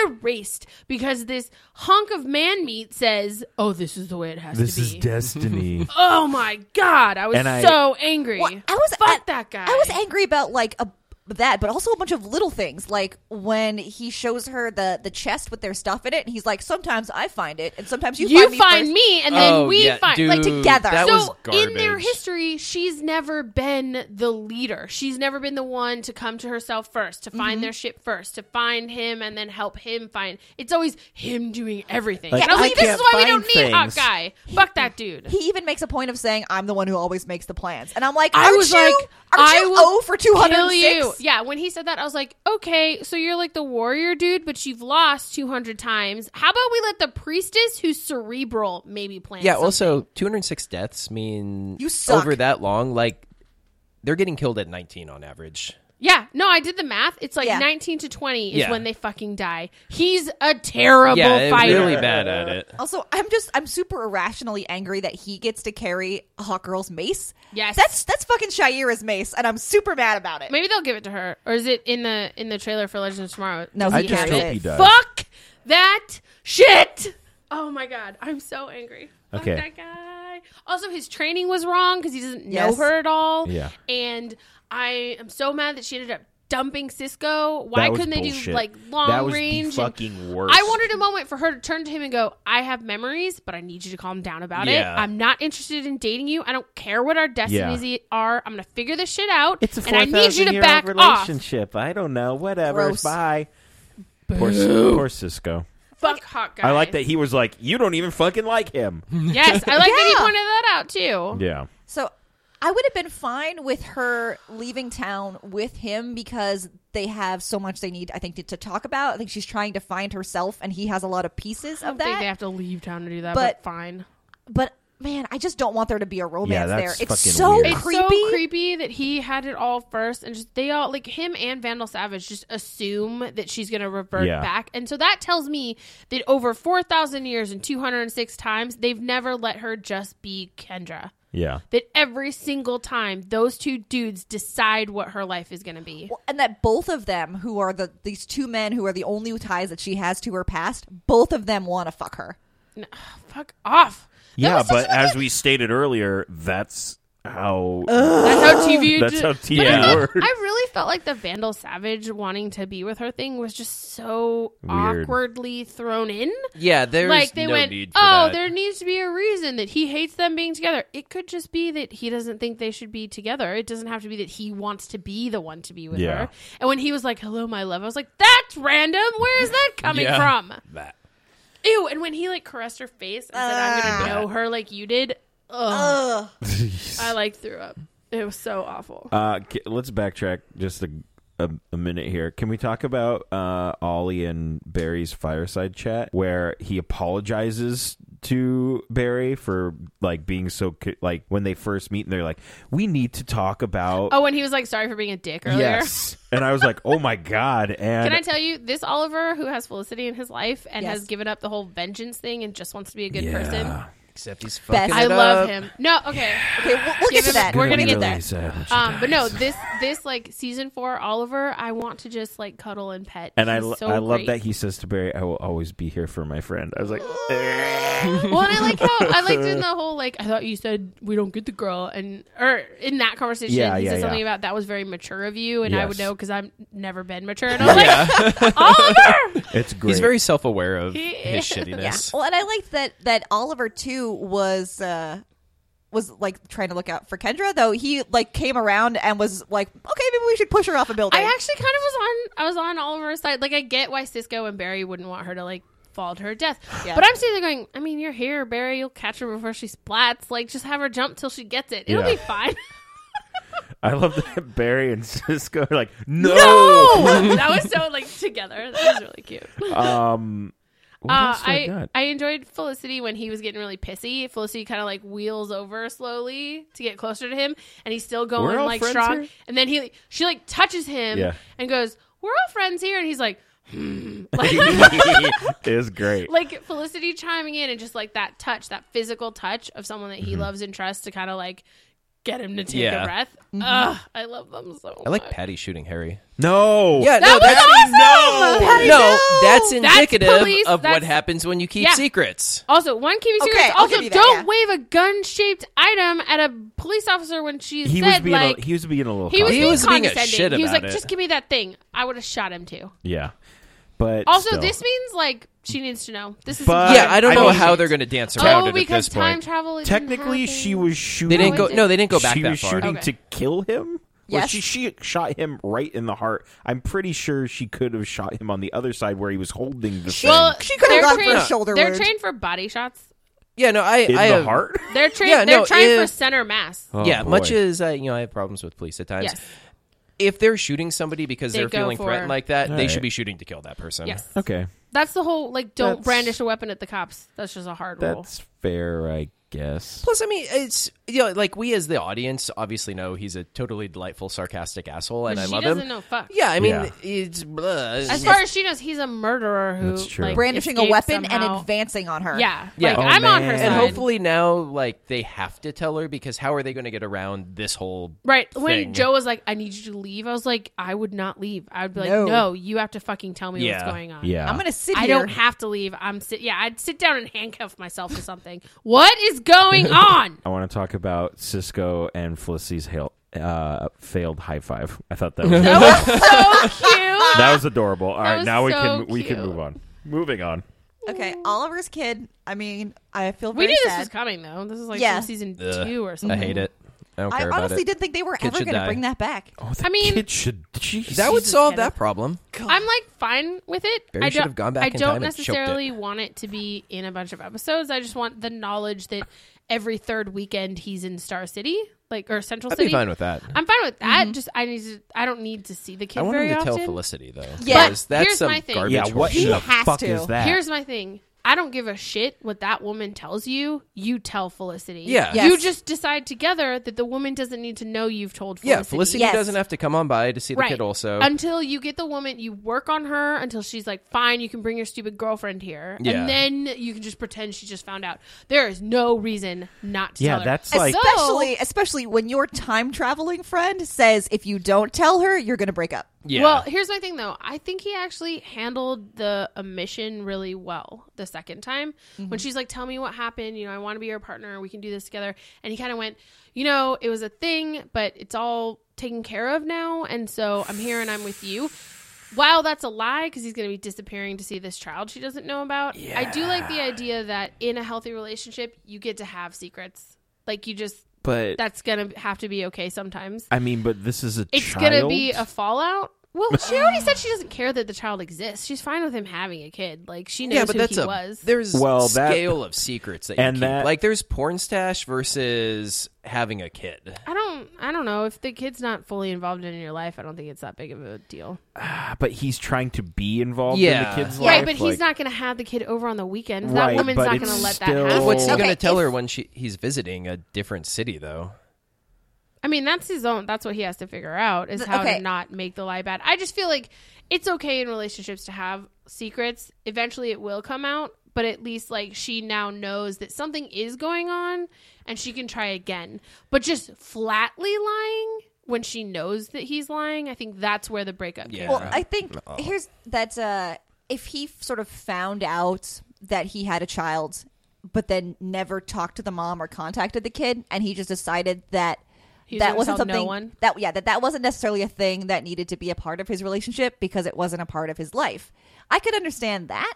S3: erased because this hunk of man meat says, "Oh, this is the way it has
S1: This
S3: to be."
S1: is destiny.
S3: Oh my god, I was
S1: And I-
S3: so angry.
S4: Well, I was
S3: fuck
S4: I-
S3: that guy.
S4: I was angry about like a, that, but also a bunch of little things, like when he shows her the the chest with their stuff in it, and he's like, "Sometimes I find it, and sometimes you,
S3: you
S4: find me."
S3: find
S4: first."
S3: me, and then
S2: Oh,
S3: we
S2: yeah,
S3: find
S2: dude,
S3: like
S4: together.
S2: That
S4: So,
S2: was garbage.
S3: in their history, she's never been the leader. She's never been the one to come to herself first, to
S4: Mm-hmm.
S3: find their shit first, to find him and then help him find. It's always him doing everything.
S1: Like,
S3: and I was
S1: I
S3: like, this is
S1: can't
S3: why we
S1: find
S3: don't need hot
S1: things.
S3: guy. Fuck that dude.
S4: He even makes a point of saying, "I'm the one who always makes the plans," and I'm like,
S3: I
S4: aren't
S3: was
S4: you,
S3: like,
S4: aren't
S3: I
S4: you
S3: will
S4: O for two hundred
S3: kill you.
S4: six?
S3: Yeah, when he said that, I was like, okay, so you're like the warrior dude, but you've lost 200 times. How about we let the priestess, who's cerebral, maybe plan?
S2: Yeah.
S3: something?
S2: Also, 206 deaths mean
S4: You suck.
S2: over that long. Like they're getting killed at 19 on average.
S3: yeah. No, I did the math. It's like
S4: Yeah.
S3: 19 to 20 is
S2: Yeah.
S3: when they fucking die. He's a terrible
S2: yeah, they're
S3: fighter.
S2: really bad at it.
S4: Also, I'm just I'm super irrationally angry that he gets to carry Hawkgirl's mace.
S3: Yes.
S4: that's that's fucking Shaira's mace, and I'm super mad about it.
S3: Maybe they'll give it to her, or is it in the in the trailer for Legends of Tomorrow?
S4: No,
S1: I
S4: he
S1: just
S4: has
S1: hope
S4: it.
S1: he does.
S3: Fuck that shit. Oh my god, I'm so angry. Fuck
S1: Okay.
S3: that guy. Also, his training was wrong because he doesn't know
S4: Yes.
S3: her at all.
S1: Yeah.
S3: And I am so mad that she ended up dumping Cisco. Why
S1: That was
S3: couldn't they do
S1: bullshit.
S3: like long
S1: That was the
S3: range? and-
S1: fucking worst.
S3: I wanted a moment for her to turn to him and go, "I have memories, but I need you to calm down about
S2: Yeah.
S3: it. I'm not interested in dating you. I don't care what our destinies
S1: Yeah.
S3: are. I'm gonna figure this shit out,
S1: It's a
S3: and
S1: four
S3: I need you
S1: thousand
S3: to
S1: year
S3: back
S1: old
S3: off.
S1: relationship. I don't know. Whatever.
S4: Gross.
S1: Bye. Poor, poor Cisco.
S3: Fuck hot guy.
S1: I like that he was like, "You don't even fucking like him."
S3: Yes, I like that he
S4: Yeah.
S3: pointed that out too.
S1: yeah.
S4: So I would have been fine with her leaving town with him because they have so much they need, I think, to, to talk about. I think she's trying to find herself, and he has a lot of pieces
S3: I don't
S4: of
S3: think they
S4: that.
S3: have to leave town to do that, but,
S4: But-
S3: fine.
S4: But man, I just don't want there to be a romance there.
S1: that's
S4: It's
S1: fucking
S4: so
S1: weird.
S3: It's
S4: creepy.
S3: so creepy that he had it all first, and just they all like him and Vandal Savage just assume that she's gonna revert
S1: Yeah.
S3: back, and so that tells me that over four thousand years and two hundred and six times, they've never let her just be Kendra.
S1: Yeah.
S3: That every single time, those two dudes decide what her life is gonna be.
S4: Well, and that both of them, who are the these two men who are the only ties that she has to her past, both of them want to fuck her.
S3: No, fuck off. That
S1: Yeah,
S3: was such
S1: but
S3: another-
S1: as we stated earlier, that's how
S3: That's how TV.
S1: that's
S3: ju-
S1: how TV
S2: Yeah.
S1: works.
S3: I really felt like the Vandal Savage wanting to be with her thing was just so
S1: Weird.
S3: awkwardly thrown in.
S2: Yeah, there's
S3: like they
S2: no
S3: went,
S2: need for
S3: oh,
S2: that.
S3: there needs to be a reason that he hates them being together. It could just be that he doesn't think they should be together. It doesn't have to be that he wants to be the one to be with
S1: Yeah.
S3: her. And when he was like, "Hello, my love," I was like, "That's random. Where is that coming
S2: Yeah.
S3: from?"
S2: that.
S3: Ew. And when he like caressed her face and said, "I'm gonna know her like you did," ugh,
S4: Ugh.
S3: I like threw up. It was so awful.
S1: Uh, c- let's backtrack just a, a, a minute here. Can we talk about uh, Ollie and Barry's fireside chat where he apologizes to Barry for like being so co- like when they first meet and they're like, we need to talk about.
S3: oh, and he was like, "Sorry for being a dick earlier."
S2: Yes.
S1: And I was like, oh my god! And
S3: Can I tell you, this Oliver who has Felicity in his life and
S4: Yes.
S3: has given up the whole vengeance thing and just wants to be a good
S1: Yeah.
S3: person,
S2: Except he's fucking
S4: Best.
S3: I
S2: it
S3: love
S2: up.
S3: him. No, okay.
S4: Okay, we'll, we'll get
S3: Give
S4: to
S3: him-
S4: that.
S3: we're
S4: We're gonna
S3: gonna
S4: get
S3: really
S4: that.
S1: Savage,
S3: Um, but no,
S1: guys.
S3: this this like season four Oliver, I want to just like cuddle and pet.
S1: And I,
S3: He's
S1: lo-
S3: so
S1: I love
S3: great.
S1: that he says to Barry, "I will always be here for my friend." I was like,
S3: Well, and I like how I liked in the whole like I thought you said we don't get the girl, and or in that conversation
S1: Yeah,
S3: he
S1: yeah,
S3: said something
S1: yeah.
S3: about that was very mature of you, and I would
S1: Yes.
S3: know because I've never been mature. And I was like, Oliver,
S1: "It's great."
S2: He's very self aware of
S3: He-
S2: his
S4: Yeah.
S2: shittiness.
S4: Well, and I liked that that Oliver too was uh was like trying to look out for Kendra though. He like came around and was like, okay, maybe we should push her off a building.
S3: I actually kind of was on I was on Oliver's side. Like I get why Cisco and Barry wouldn't want her to like fall to her death.
S4: Yeah.
S3: But I'm sitting there going, I mean, you're here, Barry, you'll catch her before she splats. Like just have her jump till she gets it. It'll
S1: Yeah.
S3: be fine.
S1: I love that Barry and Cisco are like, "No."
S3: that was so like together. That was really cute.
S1: Um, what
S3: Uh,
S1: else do I,
S3: I
S1: got?
S3: I enjoyed Felicity when he was getting really pissy. Felicity kind of like wheels over slowly to get closer to him, and he's still going
S1: We're all
S3: like
S1: friends
S3: strong.
S1: here?
S3: And then he she like touches him
S1: Yeah.
S3: and goes, "We're all friends here," and he's like. Hmm. Like,
S1: it was great.
S3: like Felicity chiming in and just like that touch, that physical touch of someone that he loves and trusts to kind of like get him to take
S2: Mm-hmm. Yeah. Mm-hmm.
S3: a breath. Ugh, I love them so.
S2: I like
S3: much.
S2: Patty shooting Harry.
S1: no.
S2: Yeah,
S3: That
S2: no, that's
S3: was awesome!
S2: no,
S4: Patty,
S2: no,
S4: no!
S2: that's
S3: That's
S2: indicative
S3: police,
S2: of what
S3: that's-
S2: happens when you keep
S3: Yeah.
S2: secrets.
S3: Also, one can be
S4: Okay,
S3: serious.
S4: I'll
S3: also,
S4: give you that,
S3: don't
S4: yeah.
S3: wave a gun-shaped item at a police officer when she
S1: He was
S3: said
S1: being
S3: like
S1: a, he was being a little.
S3: he was,
S1: cocky.
S2: He
S3: being
S2: was being a
S3: condescending.
S2: shit
S3: he was
S2: about
S3: like,
S2: it.
S3: just give me that thing. I would have shot him too.
S1: yeah, but
S3: Also,
S1: still.
S3: this means like she needs to know. This is
S1: But- Uh,
S2: yeah, I don't
S1: I
S2: know
S1: mean-
S2: how they're going to dance around
S3: Oh,
S2: it at
S3: because
S2: this
S3: time
S2: point.
S3: travel. it didn't
S1: technically she
S3: happen.
S1: was shooting.
S2: They didn't go.
S3: it
S2: No, they didn't go back
S1: she
S2: that
S1: was
S2: far.
S1: shooting to
S3: Okay.
S1: kill him. Like,
S4: Yes.
S1: she she shot him right in the heart. I'm pretty sure she could have shot him on the other side where he was holding the thing.
S3: Well,
S4: She could've
S3: they're
S4: gone for a
S3: trained-
S4: shoulder
S3: They're
S4: wound.
S3: trained for body shots.
S2: Yeah, no, I,
S1: in
S2: I
S1: the
S2: have,
S1: heart.
S3: They're trained.
S2: Yeah,
S3: they're
S2: no,
S3: trained for
S2: if-
S3: center mass.
S1: Oh,
S2: yeah, much
S1: boy.
S2: as I, you know, I have problems with police at times.
S3: Yes.
S2: If they're shooting somebody because
S3: They
S2: they are
S3: go
S2: feeling
S3: for-
S2: threatened like that, they
S1: Alright.
S2: should be shooting to kill that person.
S3: Yes.
S1: okay.
S3: That's the whole like don't
S1: That's-
S3: brandish a weapon at the cops. That's just a hard rule.
S1: That's fair, I guess.
S2: Plus, I mean, it's you know, like we as the audience obviously know he's a totally delightful, sarcastic asshole, and
S3: But
S2: I
S3: she
S2: love
S3: doesn't
S2: him.
S3: know fuck.
S2: Yeah, I mean,
S1: Yeah.
S2: it's blah.
S3: As far as she knows, he's a murderer who
S1: That's true.
S3: like,
S4: brandishing a
S3: escaped
S4: weapon
S3: somehow.
S4: and advancing on her.
S3: Yeah,
S2: Yeah.
S3: Like,
S1: Oh,
S3: I'm on her
S1: man.
S3: side.
S2: and hopefully now, like they have to tell her because how are they going to get around this whole?
S3: Right when
S2: thing.
S3: Joe was like, "I need you to leave," I was like, "I would not leave." I would be like, "No,
S4: No.
S3: you have to fucking tell me what's
S2: Yeah.
S3: going on."
S1: Yeah.
S4: I'm gonna sit
S3: I
S4: here.
S3: don't have to leave. I'm sit. Yeah, I'd sit down and handcuff myself to something. What is going on?
S1: I want to talk about Cisco and Felicity's hail, uh, failed high five. I thought that was
S3: That was so cute.
S1: that was adorable. All right,
S3: was
S1: now we
S3: so
S1: can we can
S3: cute.
S1: move on. Moving on.
S4: okay, Oliver's kid. I mean, I feel
S3: We
S4: very
S3: knew this
S4: sad.
S3: was coming though. This is like
S4: Yeah.
S3: from season
S2: Ugh,
S3: two or
S2: I
S3: something.
S1: Mm-hmm.
S2: hate it. I don't
S4: I
S2: care about
S4: honestly
S2: it.
S4: didn't think they were
S2: Kid
S4: ever
S2: should
S4: going to
S2: die.
S4: bring that back.
S1: Oh, that
S3: I mean-
S1: kid should. Jeez.
S2: That would
S3: Jesus,
S2: solve
S3: Kenneth.
S2: that problem.
S3: I'm like fine with it.
S2: Barry
S3: I
S2: should
S3: don't,
S2: have gone back
S3: I
S2: in
S3: don't
S2: time and choked it.
S3: necessarily want it to be in a bunch of episodes. I just want the knowledge that every third weekend he's in Star City, like or Central
S2: I'd
S3: City.
S2: be fine with that.
S3: I'm fine with that.
S4: Mm-hmm.
S3: Just I need to. I don't need to see the kid
S2: I want
S3: very
S2: him to
S3: often.
S2: tell Felicity though.
S4: Yeah.
S2: because that's
S3: Here's
S2: some
S3: my thing.
S2: garbage.
S1: yeah. What
S2: horseshit.
S1: the
S4: has
S1: fuck
S4: to.
S1: is that?
S3: Here's my thing. I don't give a shit what that woman tells you. You tell Felicity.
S2: Yeah.
S4: Yes.
S3: You just decide together that the woman doesn't need to know you've told Felicity.
S2: Yeah, Felicity
S4: Yes.
S2: doesn't have to come on by to see the
S3: Right.
S2: kid also.
S3: Until you get the woman, you work on her until she's like, fine, you can bring your stupid girlfriend here.
S2: Yeah.
S3: And then you can just pretend she just found out. There is no reason not to
S1: Yeah,
S3: tell her.
S1: that's like-
S3: So-
S4: especially especially when your time traveling friend says if you don't tell her, you're going to break up.
S2: yeah.
S3: Well, here's my thing though. I think he actually handled the omission really well the second time when she's like, "Tell me what happened. You know, I want to be your partner. We can do this together." And he kind of went, "You know, it was a thing, but it's all taken care of now, and so I'm here and I'm with you." Wow, that's a lie because he's going to be disappearing to see this child she doesn't know about. I do like the idea that in a healthy relationship, you get to have secrets. Like you just
S1: But
S3: that's going to have to be okay sometimes.
S1: I mean, but this is a
S3: It's
S1: child.
S3: gonna be a fallout. Well, she already said she doesn't care that the child exists. She's fine with him having a kid. Like she knows
S2: yeah, but
S3: who
S2: that's
S3: he
S2: a
S3: was.
S2: there's
S1: Well, that-
S2: scale of secrets that you
S1: and
S2: keep.
S1: that-
S2: like there's porn stash versus having a kid.
S3: I don't. I don't know if the kid's not fully involved in your life. I don't think it's that big of a deal.
S1: but he's trying to be involved
S2: Yeah.
S1: in the kid's
S2: Right,
S1: life.
S3: right, but
S1: like-
S3: he's not gonna have the kid over on the weekends.
S1: Right,
S3: that woman's
S1: but
S3: not
S1: it's
S3: gonna let
S1: still-
S3: that happen.
S2: What's he
S4: Okay,
S2: going to tell
S4: if-
S2: her when she he's visiting a different city though?
S3: I mean, that's his own. That's what he has to figure out is
S4: Th-
S3: how
S4: okay.
S3: to not make the lie bad. I just feel like it's okay in relationships to have secrets. Eventually, it will come out, but at least like she now knows that something is going on, and she can try again. But just flatly lying when she knows that he's lying, I think that's where the breakup.
S2: Yeah.
S3: Yeah.
S4: Well, I think here's that uh, if he f- sort of found out that he had a child, but then never talked to the mom or contacted the kid, and he just decided that
S3: He was
S4: that
S3: gonna
S4: wasn't
S3: tell no
S4: something
S3: one?
S4: that yeah that that wasn't necessarily a thing that needed to be a part of his relationship because it wasn't a part of his life. I could understand that,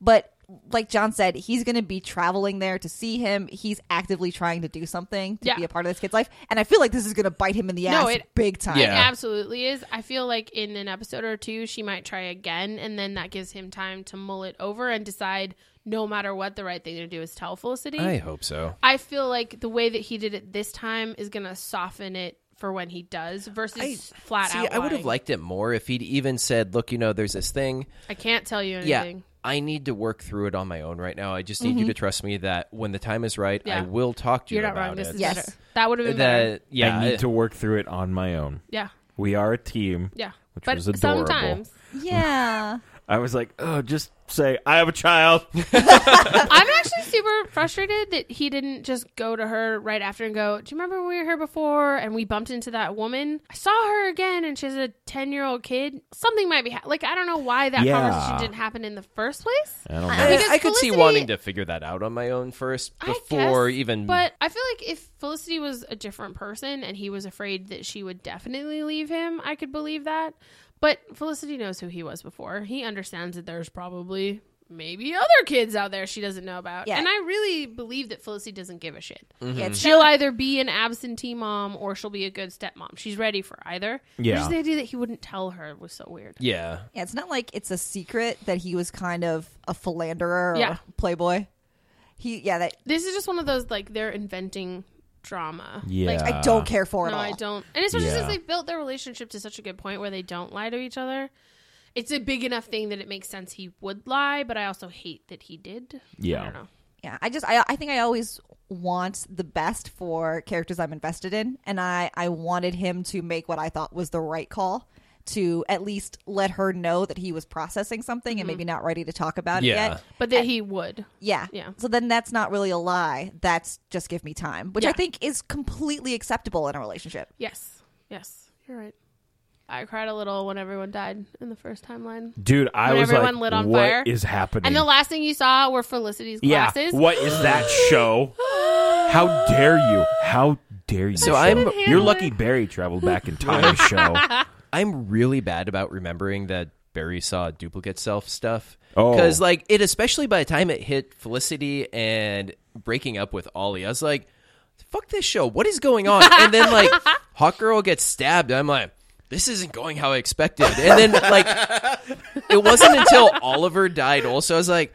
S4: but like John said, he's going to be traveling there to see him. He's actively trying to do something to
S3: Yeah.
S4: be a part of this kid's life, and I feel like this is going to bite him in the ass
S3: No, it-
S4: big time.
S2: Yeah.
S3: It absolutely is. I feel like in an episode or two, she might try again, and then that gives him time to mull it over and decide. No matter what, the right thing to do is tell Felicity.
S2: I hope so.
S3: I feel like the way that he did it this time is going to soften it for when he does versus flat
S2: See,
S3: out.
S2: I would have
S3: lying.
S2: liked it more if he'd even said, "Look, you know, there's this thing.
S3: I can't tell you
S2: Yeah,
S3: anything. Mm-hmm.
S2: I need to work through it on my own right now. I just need you to trust me that when the time is right, I
S3: Yeah.
S2: will talk to you
S3: You're not
S2: about
S3: wrong. This
S2: it."
S3: is
S4: Yes.
S3: better. That would have been better.
S2: that yeah,
S1: I need
S2: I-
S1: to work through it on my own.
S3: Yeah.
S1: We are a team.
S3: Yeah.
S1: Which
S3: but
S1: was adorable.
S3: sometimes
S4: yeah.
S1: I was like, oh, just say I have a child.
S3: I'm actually super frustrated that he didn't just go to her right after and go, Do you remember when we were here before and we bumped into that woman? I saw her again and she has a 10 year old kid. Something might be ha- like, I don't know why that
S1: Yeah.
S3: conversation didn't happen in the first place.
S1: I don't
S4: I-
S1: know.
S2: I,
S3: Because
S2: Uh, I could see
S3: Felicity-
S2: wanting to figure that out on my own first
S3: I
S2: before
S3: guess,
S2: even.
S3: But I feel like if Felicity was a different person and he was afraid that she would definitely leave him, I could believe that. But Felicity knows who he was before. He understands that there's probably maybe other kids out there she doesn't know about.
S4: Yeah.
S3: And I really believe that Felicity doesn't give a shit.
S4: Yeah, it's
S3: She'll either be an absentee mom or she'll be a good stepmom. She's ready for either.
S1: Yeah.
S3: Just the idea that he wouldn't tell her was so weird.
S2: yeah,
S4: Yeah, it's not like it's a secret that he was kind of a philanderer or
S3: Yeah.
S4: playboy. He, yeah, that
S3: This is just one of those like they're inventing drama.
S1: Yeah.
S3: Like
S2: Uh.
S4: I don't care for it
S3: No,
S4: all.
S3: I don't. And especially
S1: Yeah.
S3: since they built their relationship to such a good point where they don't lie to each other. It's a big enough thing that it makes sense he would lie, but I also hate that he did. I
S1: Yeah.
S3: don't know.
S4: Yeah, I just, I, I think I always want the best for characters I'm invested in, and I, I wanted him to make what I thought was the right call to at least let her know that he was processing something
S3: Mm-hmm.
S4: and maybe not ready to talk about
S2: Yeah.
S4: it yet.
S3: But that he would.
S4: Yeah.
S3: Yeah.
S4: So then that's not really a lie. That's just give me time, which I
S3: Yeah.
S4: think is completely acceptable in a relationship.
S3: Yes. Yes. You're right. I cried a little when everyone died in the first timeline.
S1: Dude, I
S3: When
S1: was
S3: everyone
S1: like,
S3: lit on
S1: what
S3: fire.
S1: is happening?
S3: And the last thing you saw were Felicity's
S1: yeah,
S3: glasses.
S1: what is that show? How dare you? How dare you?
S2: So I'm-
S3: Couldn't
S1: You're
S3: handle
S1: lucky
S3: it.
S1: Barry traveled back in time. show.
S2: I'm really bad about remembering that Barry saw duplicate self stuff.
S1: Oh.
S2: because like it, especially by the time it hit Felicity and breaking up with Ollie, I was like, "Fuck this show! What is going on?" And then like Hawk Girl gets stabbed. I'm like. This isn't going how I expected. And then, like, it wasn't until Oliver died, also, I was like,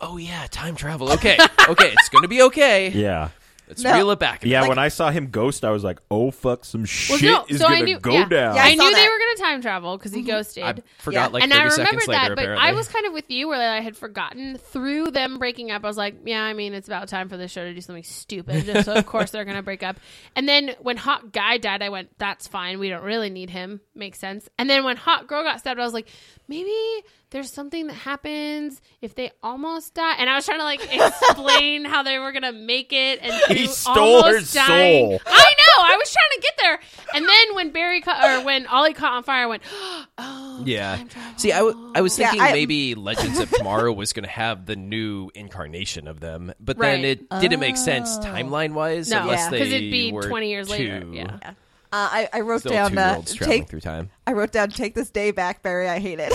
S2: oh, yeah, time travel. Okay. Okay. It's going to be okay.
S1: Yeah.
S2: Let's
S4: No.
S2: reel it back. a
S1: Yeah,
S4: Like-
S1: when I saw him ghost, I was like, "Oh fuck, some shit
S3: no,
S1: is
S3: so I
S1: gonna
S3: knew-
S1: go
S3: yeah.
S1: down."
S4: Yeah,
S3: I,
S4: I saw
S3: knew they
S4: that. Mm-hmm.
S3: were going to time travel because he ghosted.
S2: I forgot
S4: Yeah.
S2: like
S3: and
S2: 30
S3: I remembered
S2: seconds later,
S3: that, but
S2: apparently.
S3: I was kind of with you where I had forgotten through them breaking up. I was like, yeah, I mean, it's about time for this show to do something stupid. so, of course, they're going to break up. And then when Hot Guy died, I went, that's fine. We don't really need him. Makes sense. And then when Hot Girl got stabbed, I was like, maybe there's something that happens if they almost die. And I was trying to like explain how they were going to make it. And
S1: He
S3: through
S1: stole her
S3: almost dying-
S1: soul.
S3: I know. I was trying to get there. And then when Barry ca- or when Ollie caught on fire, I went, oh,
S2: Yeah.
S3: time travel.
S2: See, I, w- I was
S4: Yeah,
S2: thinking
S4: I-
S2: maybe Legends of Tomorrow was going to have the new incarnation of them, but then
S3: Right.
S2: it didn't make sense timeline wise.
S3: No,
S2: unless
S4: Yeah.
S2: they
S3: 'cause it'd be
S2: were
S3: 20 years later,
S2: two-
S3: yeah.
S4: Uh, I, I wrote
S2: Still
S4: down
S2: two
S4: uh,
S2: worlds traveling
S4: take.
S2: through time.
S4: I wrote down take this day back, Barry. I hate it.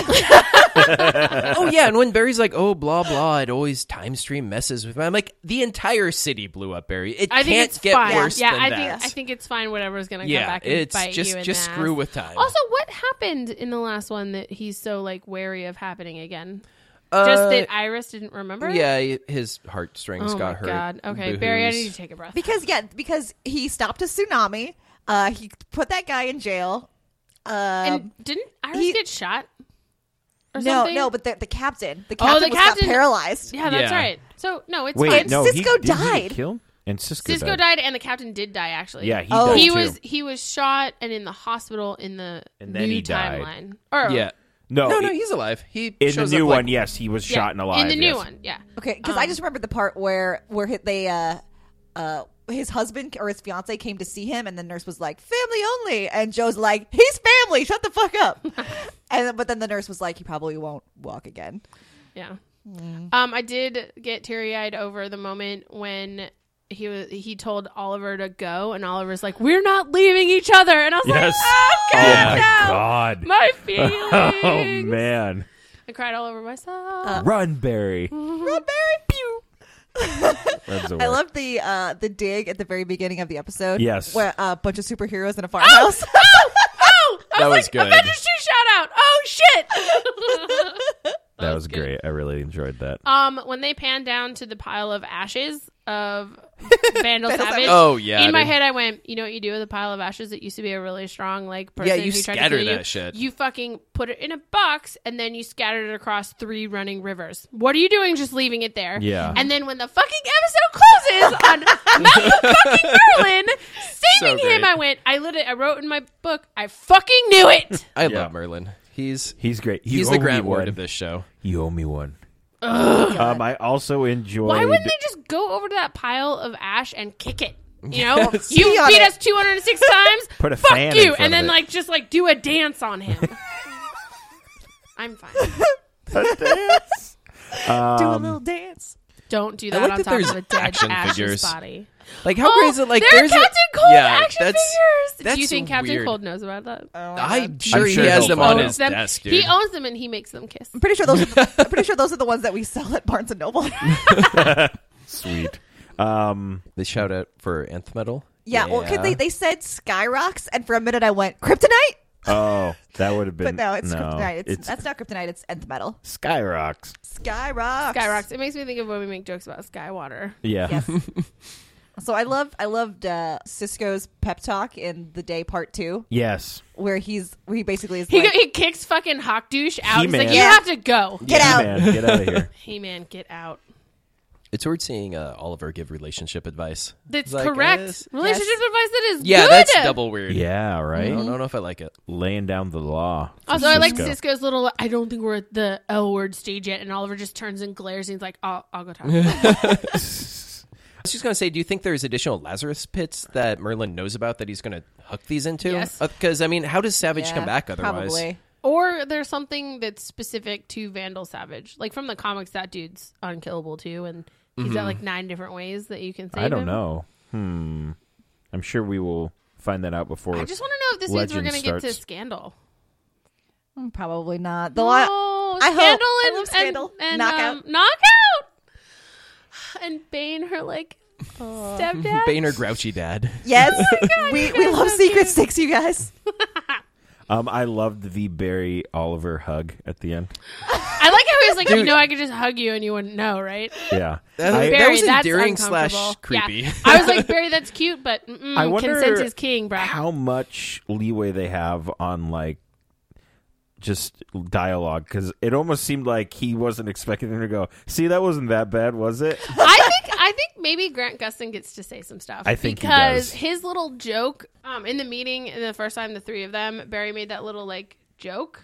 S2: oh yeah, and when Barry's like, "Oh blah blah," it always time stream messes with me. I'm like, the entire city blew up, Barry. It
S3: I think
S2: can't
S3: it's
S2: get
S3: fine.
S2: worse
S3: yeah,
S2: than
S3: I
S2: that.
S3: think I think it's fine. Whatever's gonna
S2: yeah,
S3: come back and
S2: it's
S3: bite
S2: just
S3: you. in
S2: just
S3: the
S2: screw
S3: ass.
S2: with time.
S3: Also, what happened in the last one that he's so like wary of happening again?
S4: Uh,
S3: just that Iris didn't remember. it?
S2: Uh, yeah, his heartstrings
S3: Oh
S2: got
S3: my
S2: hurt.
S3: god. Okay, Barry, I
S2: Boo-hoos.
S3: need to take a breath.
S4: because yeah, because he stopped a tsunami. Uh, he put that guy in jail. Um,
S3: and didn't Iris
S4: he-
S3: get shot? Or
S4: no,
S3: something?
S4: no, but the, the captain, the captain,
S3: Oh, the
S4: was
S3: captain-
S4: got paralyzed.
S3: yeah, that's
S2: Yeah.
S3: right. So no, it's
S1: Wait,
S3: fine.
S1: no, he-
S4: Cisco
S1: did he get
S4: died.
S1: killed? and Cisco,
S3: Cisco died, and the captain did die. Actually,
S1: Yeah, he
S4: Oh.
S1: died
S3: he
S1: too.
S3: was he was shot and in the hospital in the
S1: And then
S3: new
S1: he died.
S3: timeline. Or
S2: Yeah.
S1: no,
S2: No,
S1: i-
S2: no, he's alive. Oh, He
S1: in the
S2: shows
S1: new
S2: up, like,
S1: one. Yes, he was
S3: yeah,
S1: shot and alive
S3: in the new
S1: yes.
S3: one. Yeah.
S4: Okay, because
S3: Um.
S4: I just remembered the part where where hi- they uh uh his husband or his fiance came to see him, and the nurse was like, "Family only," and Joe's like, "He's family. Shut the fuck up." and then- but then the nurse was like, "He probably won't walk again."
S3: Yeah. Um, I did get teary eyed over the moment when he was he told Oliver to go, and Oliver's like, "We're not leaving each other," and I was
S1: Yes.
S3: like, "Oh
S1: Oh
S3: God,
S1: my
S3: no.
S1: god.
S3: my feelings!"
S1: oh man.
S3: I cried all over myself.
S1: Run, Barry.
S3: Hmm.
S4: Run, Barry. Pew.
S1: That's the
S4: I
S1: worst.
S4: love the uh the dig at the very beginning of the episode.
S1: Yes.
S4: where uh, a bunch of superheroes in a farmhouse.
S3: oh, I
S2: That
S3: was,
S2: was
S3: like,
S2: good.
S3: Avengers two shout out. Oh shit.
S1: that was great. I really enjoyed that.
S3: Um, when they pan down to the pile of ashes of Vandal Savage,
S2: Oh, yeah,
S3: in my
S2: dude.
S3: head I went, you know what you do with a pile of ashes that used to be a really strong like person
S2: you
S3: who tried to
S2: scatter
S3: kill you?
S2: that shit.
S3: You fucking put it in a box and then you scattered it across three running rivers. What are you doing? Just leaving it there?
S1: Yeah.
S3: And then when the fucking episode closes on Malcolm fucking Merlin saving
S2: So
S3: him,
S2: great.
S3: I went, I lit it. I wrote in my book, I fucking knew it.
S2: I
S1: Yeah.
S2: love Merlin. He's
S1: He's great. You
S2: he's
S1: owe
S2: the
S1: me
S2: grand
S1: one.
S2: word of this show.
S1: You owe me one. Um, I also enjoyed.
S3: Why wouldn't they just go over to that pile of ash and kick it? You know, you
S4: Pee on
S3: beat
S4: it.
S3: us 206 times.
S1: Put a
S3: fuck
S1: fan in
S3: you,
S1: front
S3: and
S1: of
S3: then
S1: it.
S3: like just like do a dance on him. I'm fine.
S4: Do a little dance.
S3: Don't do
S2: I
S3: that
S2: like
S3: on
S2: that
S3: top
S2: there's
S3: of a dead
S2: action
S3: Ash's
S2: figures.
S3: body.
S2: Like how
S3: oh,
S2: crazy! Like
S3: they're
S2: there's a-
S3: Captain Cold
S2: yeah,
S3: action
S2: that's,
S3: figures.
S2: that's
S3: do you think Captain
S2: weird.
S3: Cold knows about that?
S4: Oh,
S2: I'm sure he
S1: sure
S2: has
S1: he'll
S2: them
S1: find
S2: on
S1: out.
S2: his
S3: them.
S2: desk, dude.
S3: He owns them and he makes them kiss.
S4: I'm pretty sure those. Are the, I'm pretty sure those are the ones that we sell at Barnes and Noble.
S1: Sweet. Um,
S2: the shout out for Nth Metal.
S4: yeah, well, 'cause they they said Skyrocks, and for a minute I went kryptonite.
S1: oh, that would have been.
S4: But no, it's
S1: no,
S4: kryptonite. It's, that's not kryptonite. It's nth metal.
S1: Skyrocks.
S4: Skyrocks.
S3: Skyrocks. It makes me think of when we make jokes about Skywater.
S1: Yeah.
S4: Yes. so I love I loved uh, Cisco's pep talk in the day part two,
S1: yes.
S4: where he's where he basically is
S3: He,
S4: like,
S3: go- he kicks fucking Hawk douche out. He's
S1: He-Man.
S3: like, you
S4: Yeah.
S3: have to go.
S4: get out.
S1: Man, get out of here.
S3: Hey man, get out.
S2: It's weird seeing uh, Oliver give relationship advice.
S3: That's
S2: It's like,
S3: correct.
S2: yes.
S3: Relationship advice that is
S2: Yeah,
S3: good.
S2: that's double weird.
S1: Yeah. Right.
S2: I don't, I don't know if I like it.
S1: Laying down the law. for
S3: Also, I like
S1: Cisco.
S3: Cisco's little. I don't think we're at the L word stage yet, and Oliver just turns and glares. And he's like, "I'll, I'll go talk." to him."
S2: I was just gonna say, do you think there's additional Lazarus pits that Merlin knows about that he's gonna hook these into?
S3: Yes.
S2: Because I mean, how does Savage
S4: Yeah,
S2: come back otherwise?
S4: Probably.
S3: or there's something that's specific to Vandal Savage, like from the comics. That dude's unkillable too, and he's
S2: Mm-hmm.
S3: got like nine different ways that you can save
S1: I don't
S3: him.
S1: know. Hmm. I'm sure we will find that out before.
S3: I just want to know if this means we're
S1: Legend
S3: going to get to
S1: starts-
S3: Scandal.
S4: Mm, Probably not. The li-
S3: Oh,
S4: I hope.
S3: Scandal
S4: I
S3: and,
S4: love Scandal.
S3: and, and
S4: Knockout.
S3: um, knockout, and Bane, her like stepdad.
S2: Bane or Grouchy Dad?
S4: yes, we we love
S3: so
S4: Secret Six, you guys.
S1: Um, I loved the Barry Oliver hug at the end.
S3: I like how he was like, you know, I could just hug you and you wouldn't know, right?
S1: Yeah.
S2: That,
S1: I-
S2: that
S3: Barry,
S2: was
S3: that's
S2: endearing slash
S3: uncomfortable. Yeah.
S2: creepy.
S3: I was like, Barry, that's cute, but mm-mm,
S1: I wonder
S3: consent is king, bro.
S1: How much leeway they have on like just dialogue because it almost seemed like he wasn't expecting them to go. See, that wasn't that bad, was it?
S3: I think I think maybe Grant Gustin gets to say some stuff.
S1: I think he does.
S3: because his little joke um, in the meeting, in the first time the three of them, Barry made that little like joke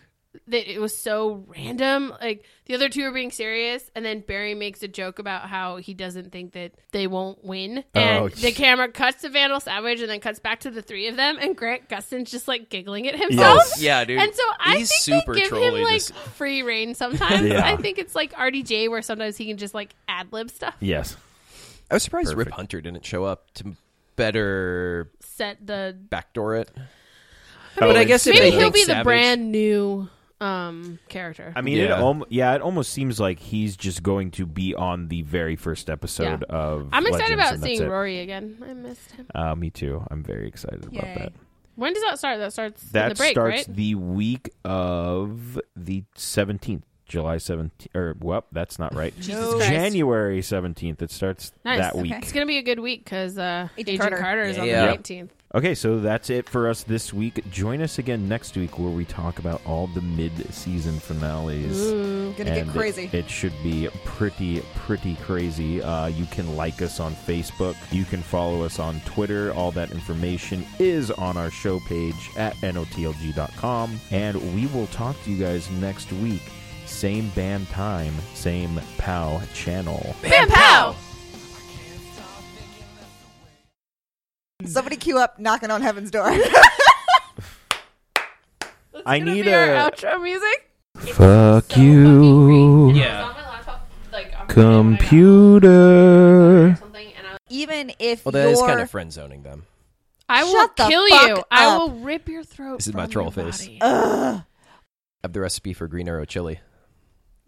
S3: that it was so random. Like the other two are being serious, and then Barry makes a joke about how he doesn't think that they won't win, and
S1: Oh,
S3: the camera cuts to Vandal Savage, and then cuts back to the three of them, and Grant Gustin's just like giggling at himself.
S1: Yes.
S2: yeah, dude.
S3: And so I
S2: He's
S3: think
S2: super
S3: they give him
S2: trolly,
S3: like
S2: this-
S3: free reign sometimes.
S1: Yeah.
S3: I think it's like RDJ where sometimes he can just like ad lib stuff.
S1: yes.
S2: I was surprised Rip
S1: Perfect.
S2: Hunter didn't show up to better
S3: set the
S2: backdoor it.
S1: Oh,
S2: but I
S1: it's-
S2: guess if
S3: maybe
S2: they
S3: he'll
S2: think
S3: be the
S2: Savage-
S3: brand new um character
S1: I mean, it
S2: Yeah.
S1: almost yeah, it almost seems like he's just going to be on the very first episode of.
S3: i'm excited
S1: Legends,
S3: about
S1: and that's
S3: seeing
S1: it.
S3: rory again i missed him
S1: Uh, me too. I'm very excited
S4: Yay.
S1: about that.
S3: when does that start that starts in
S1: That
S3: the break
S1: starts
S3: right
S1: the week of the 17th, July 17th. Or, well, that's not right.
S3: Jesus Christ.
S1: January 17th. It starts
S3: Nice.
S1: that
S3: Okay.
S1: week.
S3: it's gonna be a good week because uh
S4: Agent
S3: agent,
S4: Carter.
S3: carter. is on
S2: Yeah.
S3: the
S2: Yep.
S3: 19th
S1: Okay, so that's it for us this week. Join us again next week where we talk about all the mid-season finales.
S3: Ooh.
S4: Gonna get
S1: And
S4: crazy.
S1: It, it should be pretty, pretty crazy. Uh, you can like us on Facebook. You can follow us on Twitter. All that information is on our show page at notlg.com. And we will talk to you guys next week. Same BAM time, same POW channel.
S3: bam pow
S4: Somebody queue up knocking on heaven's door.
S1: I
S3: Gonna
S1: need
S3: be our
S1: a.
S3: outro music
S1: Fuck
S3: So
S1: you,
S3: fucking great.
S2: Yeah.
S3: It was on my laptop, like, on my
S1: computer.
S3: something, and I was-
S4: Even if
S2: Well, that
S4: you're
S2: is kind of friend zoning them.
S3: I
S4: Shut the
S3: will kill
S4: fuck
S3: you. I
S4: up.
S3: will rip your throat.
S2: This is my
S3: from
S2: troll
S3: your
S2: face.
S3: body.
S4: Ugh.
S2: I have the recipe for Green Arrow chili.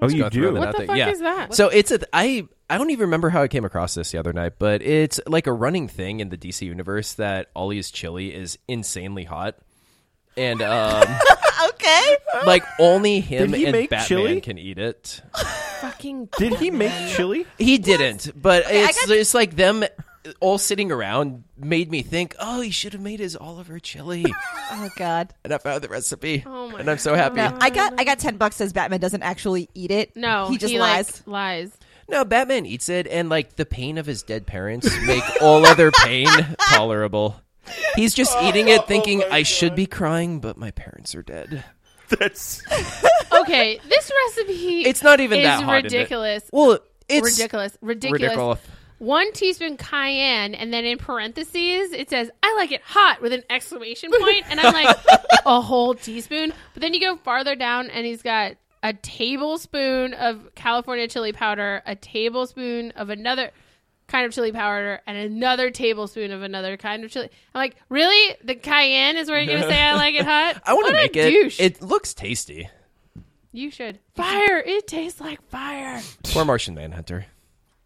S1: Oh,
S2: Let's
S1: you
S2: go
S1: do?
S2: through that
S3: What the
S2: thing.
S3: fuck
S2: Yeah.
S3: is that?
S2: So it's a th- I I don't even remember how I came across this the other night, but it's like a running thing in the DC universe that Ollie's chili is insanely hot, and um,
S4: okay.
S2: like only him
S1: Did he
S2: and
S1: make
S2: Batman
S1: chili?
S2: can eat it.
S3: fucking
S1: Did he make chili?
S2: He didn't, but it's
S4: got-
S2: it's like them all sitting around made me think, oh, he should have made his Oliver chili,
S4: Oh God.
S2: and I found the recipe,
S3: Oh my
S2: and I'm so happy.
S4: No, I got I got ten bucks. Says Batman doesn't actually eat it.
S3: no.
S4: he just
S3: like,
S4: lies.
S3: lies.
S2: No, Batman eats it, and like the pain of his dead parents make all other pain tolerable. He's just
S3: Oh
S2: eating it, thinking I should be crying, but my parents are dead.
S1: That's.
S3: okay, this recipe
S2: It's not even
S3: is
S2: that hot, is it?
S3: ridiculous.
S2: Well, it's
S3: ridiculous. Ridiculous.
S2: ridiculous.
S3: One teaspoon cayenne, and then in parentheses it says, "I like it hot" with an exclamation point, and I'm like, a whole teaspoon. But then you go farther down, and he's got a tablespoon of California chili powder, a tablespoon of another kind of chili powder, and another tablespoon of another kind of chili. I'm like, really? The cayenne is where you're gonna say I like it hot?
S2: I want
S3: What
S2: to
S3: a
S2: make it.
S3: douche.
S2: It looks tasty.
S3: You should fire. It tastes like fire.
S2: Poor Martian Manhunter.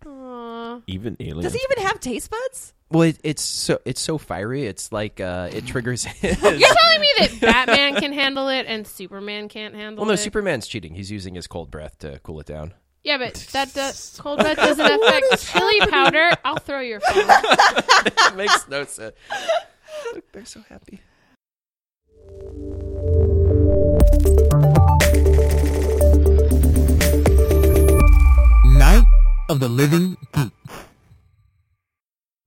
S3: Aw.
S1: Even aliens.
S4: Does he even have taste buds?
S2: Well, it, it's so it's so fiery. It's like uh, it triggers.
S3: You're telling me that Batman can handle it and Superman can't handle
S2: well, no,
S3: it?
S2: Superman's cheating. He's using his cold breath to cool it down.
S3: yeah, but that does, cold breath doesn't affect chili powder. I'll throw your phone.
S2: It makes no sense. Look, they're so happy.
S5: Night of the Living Geek.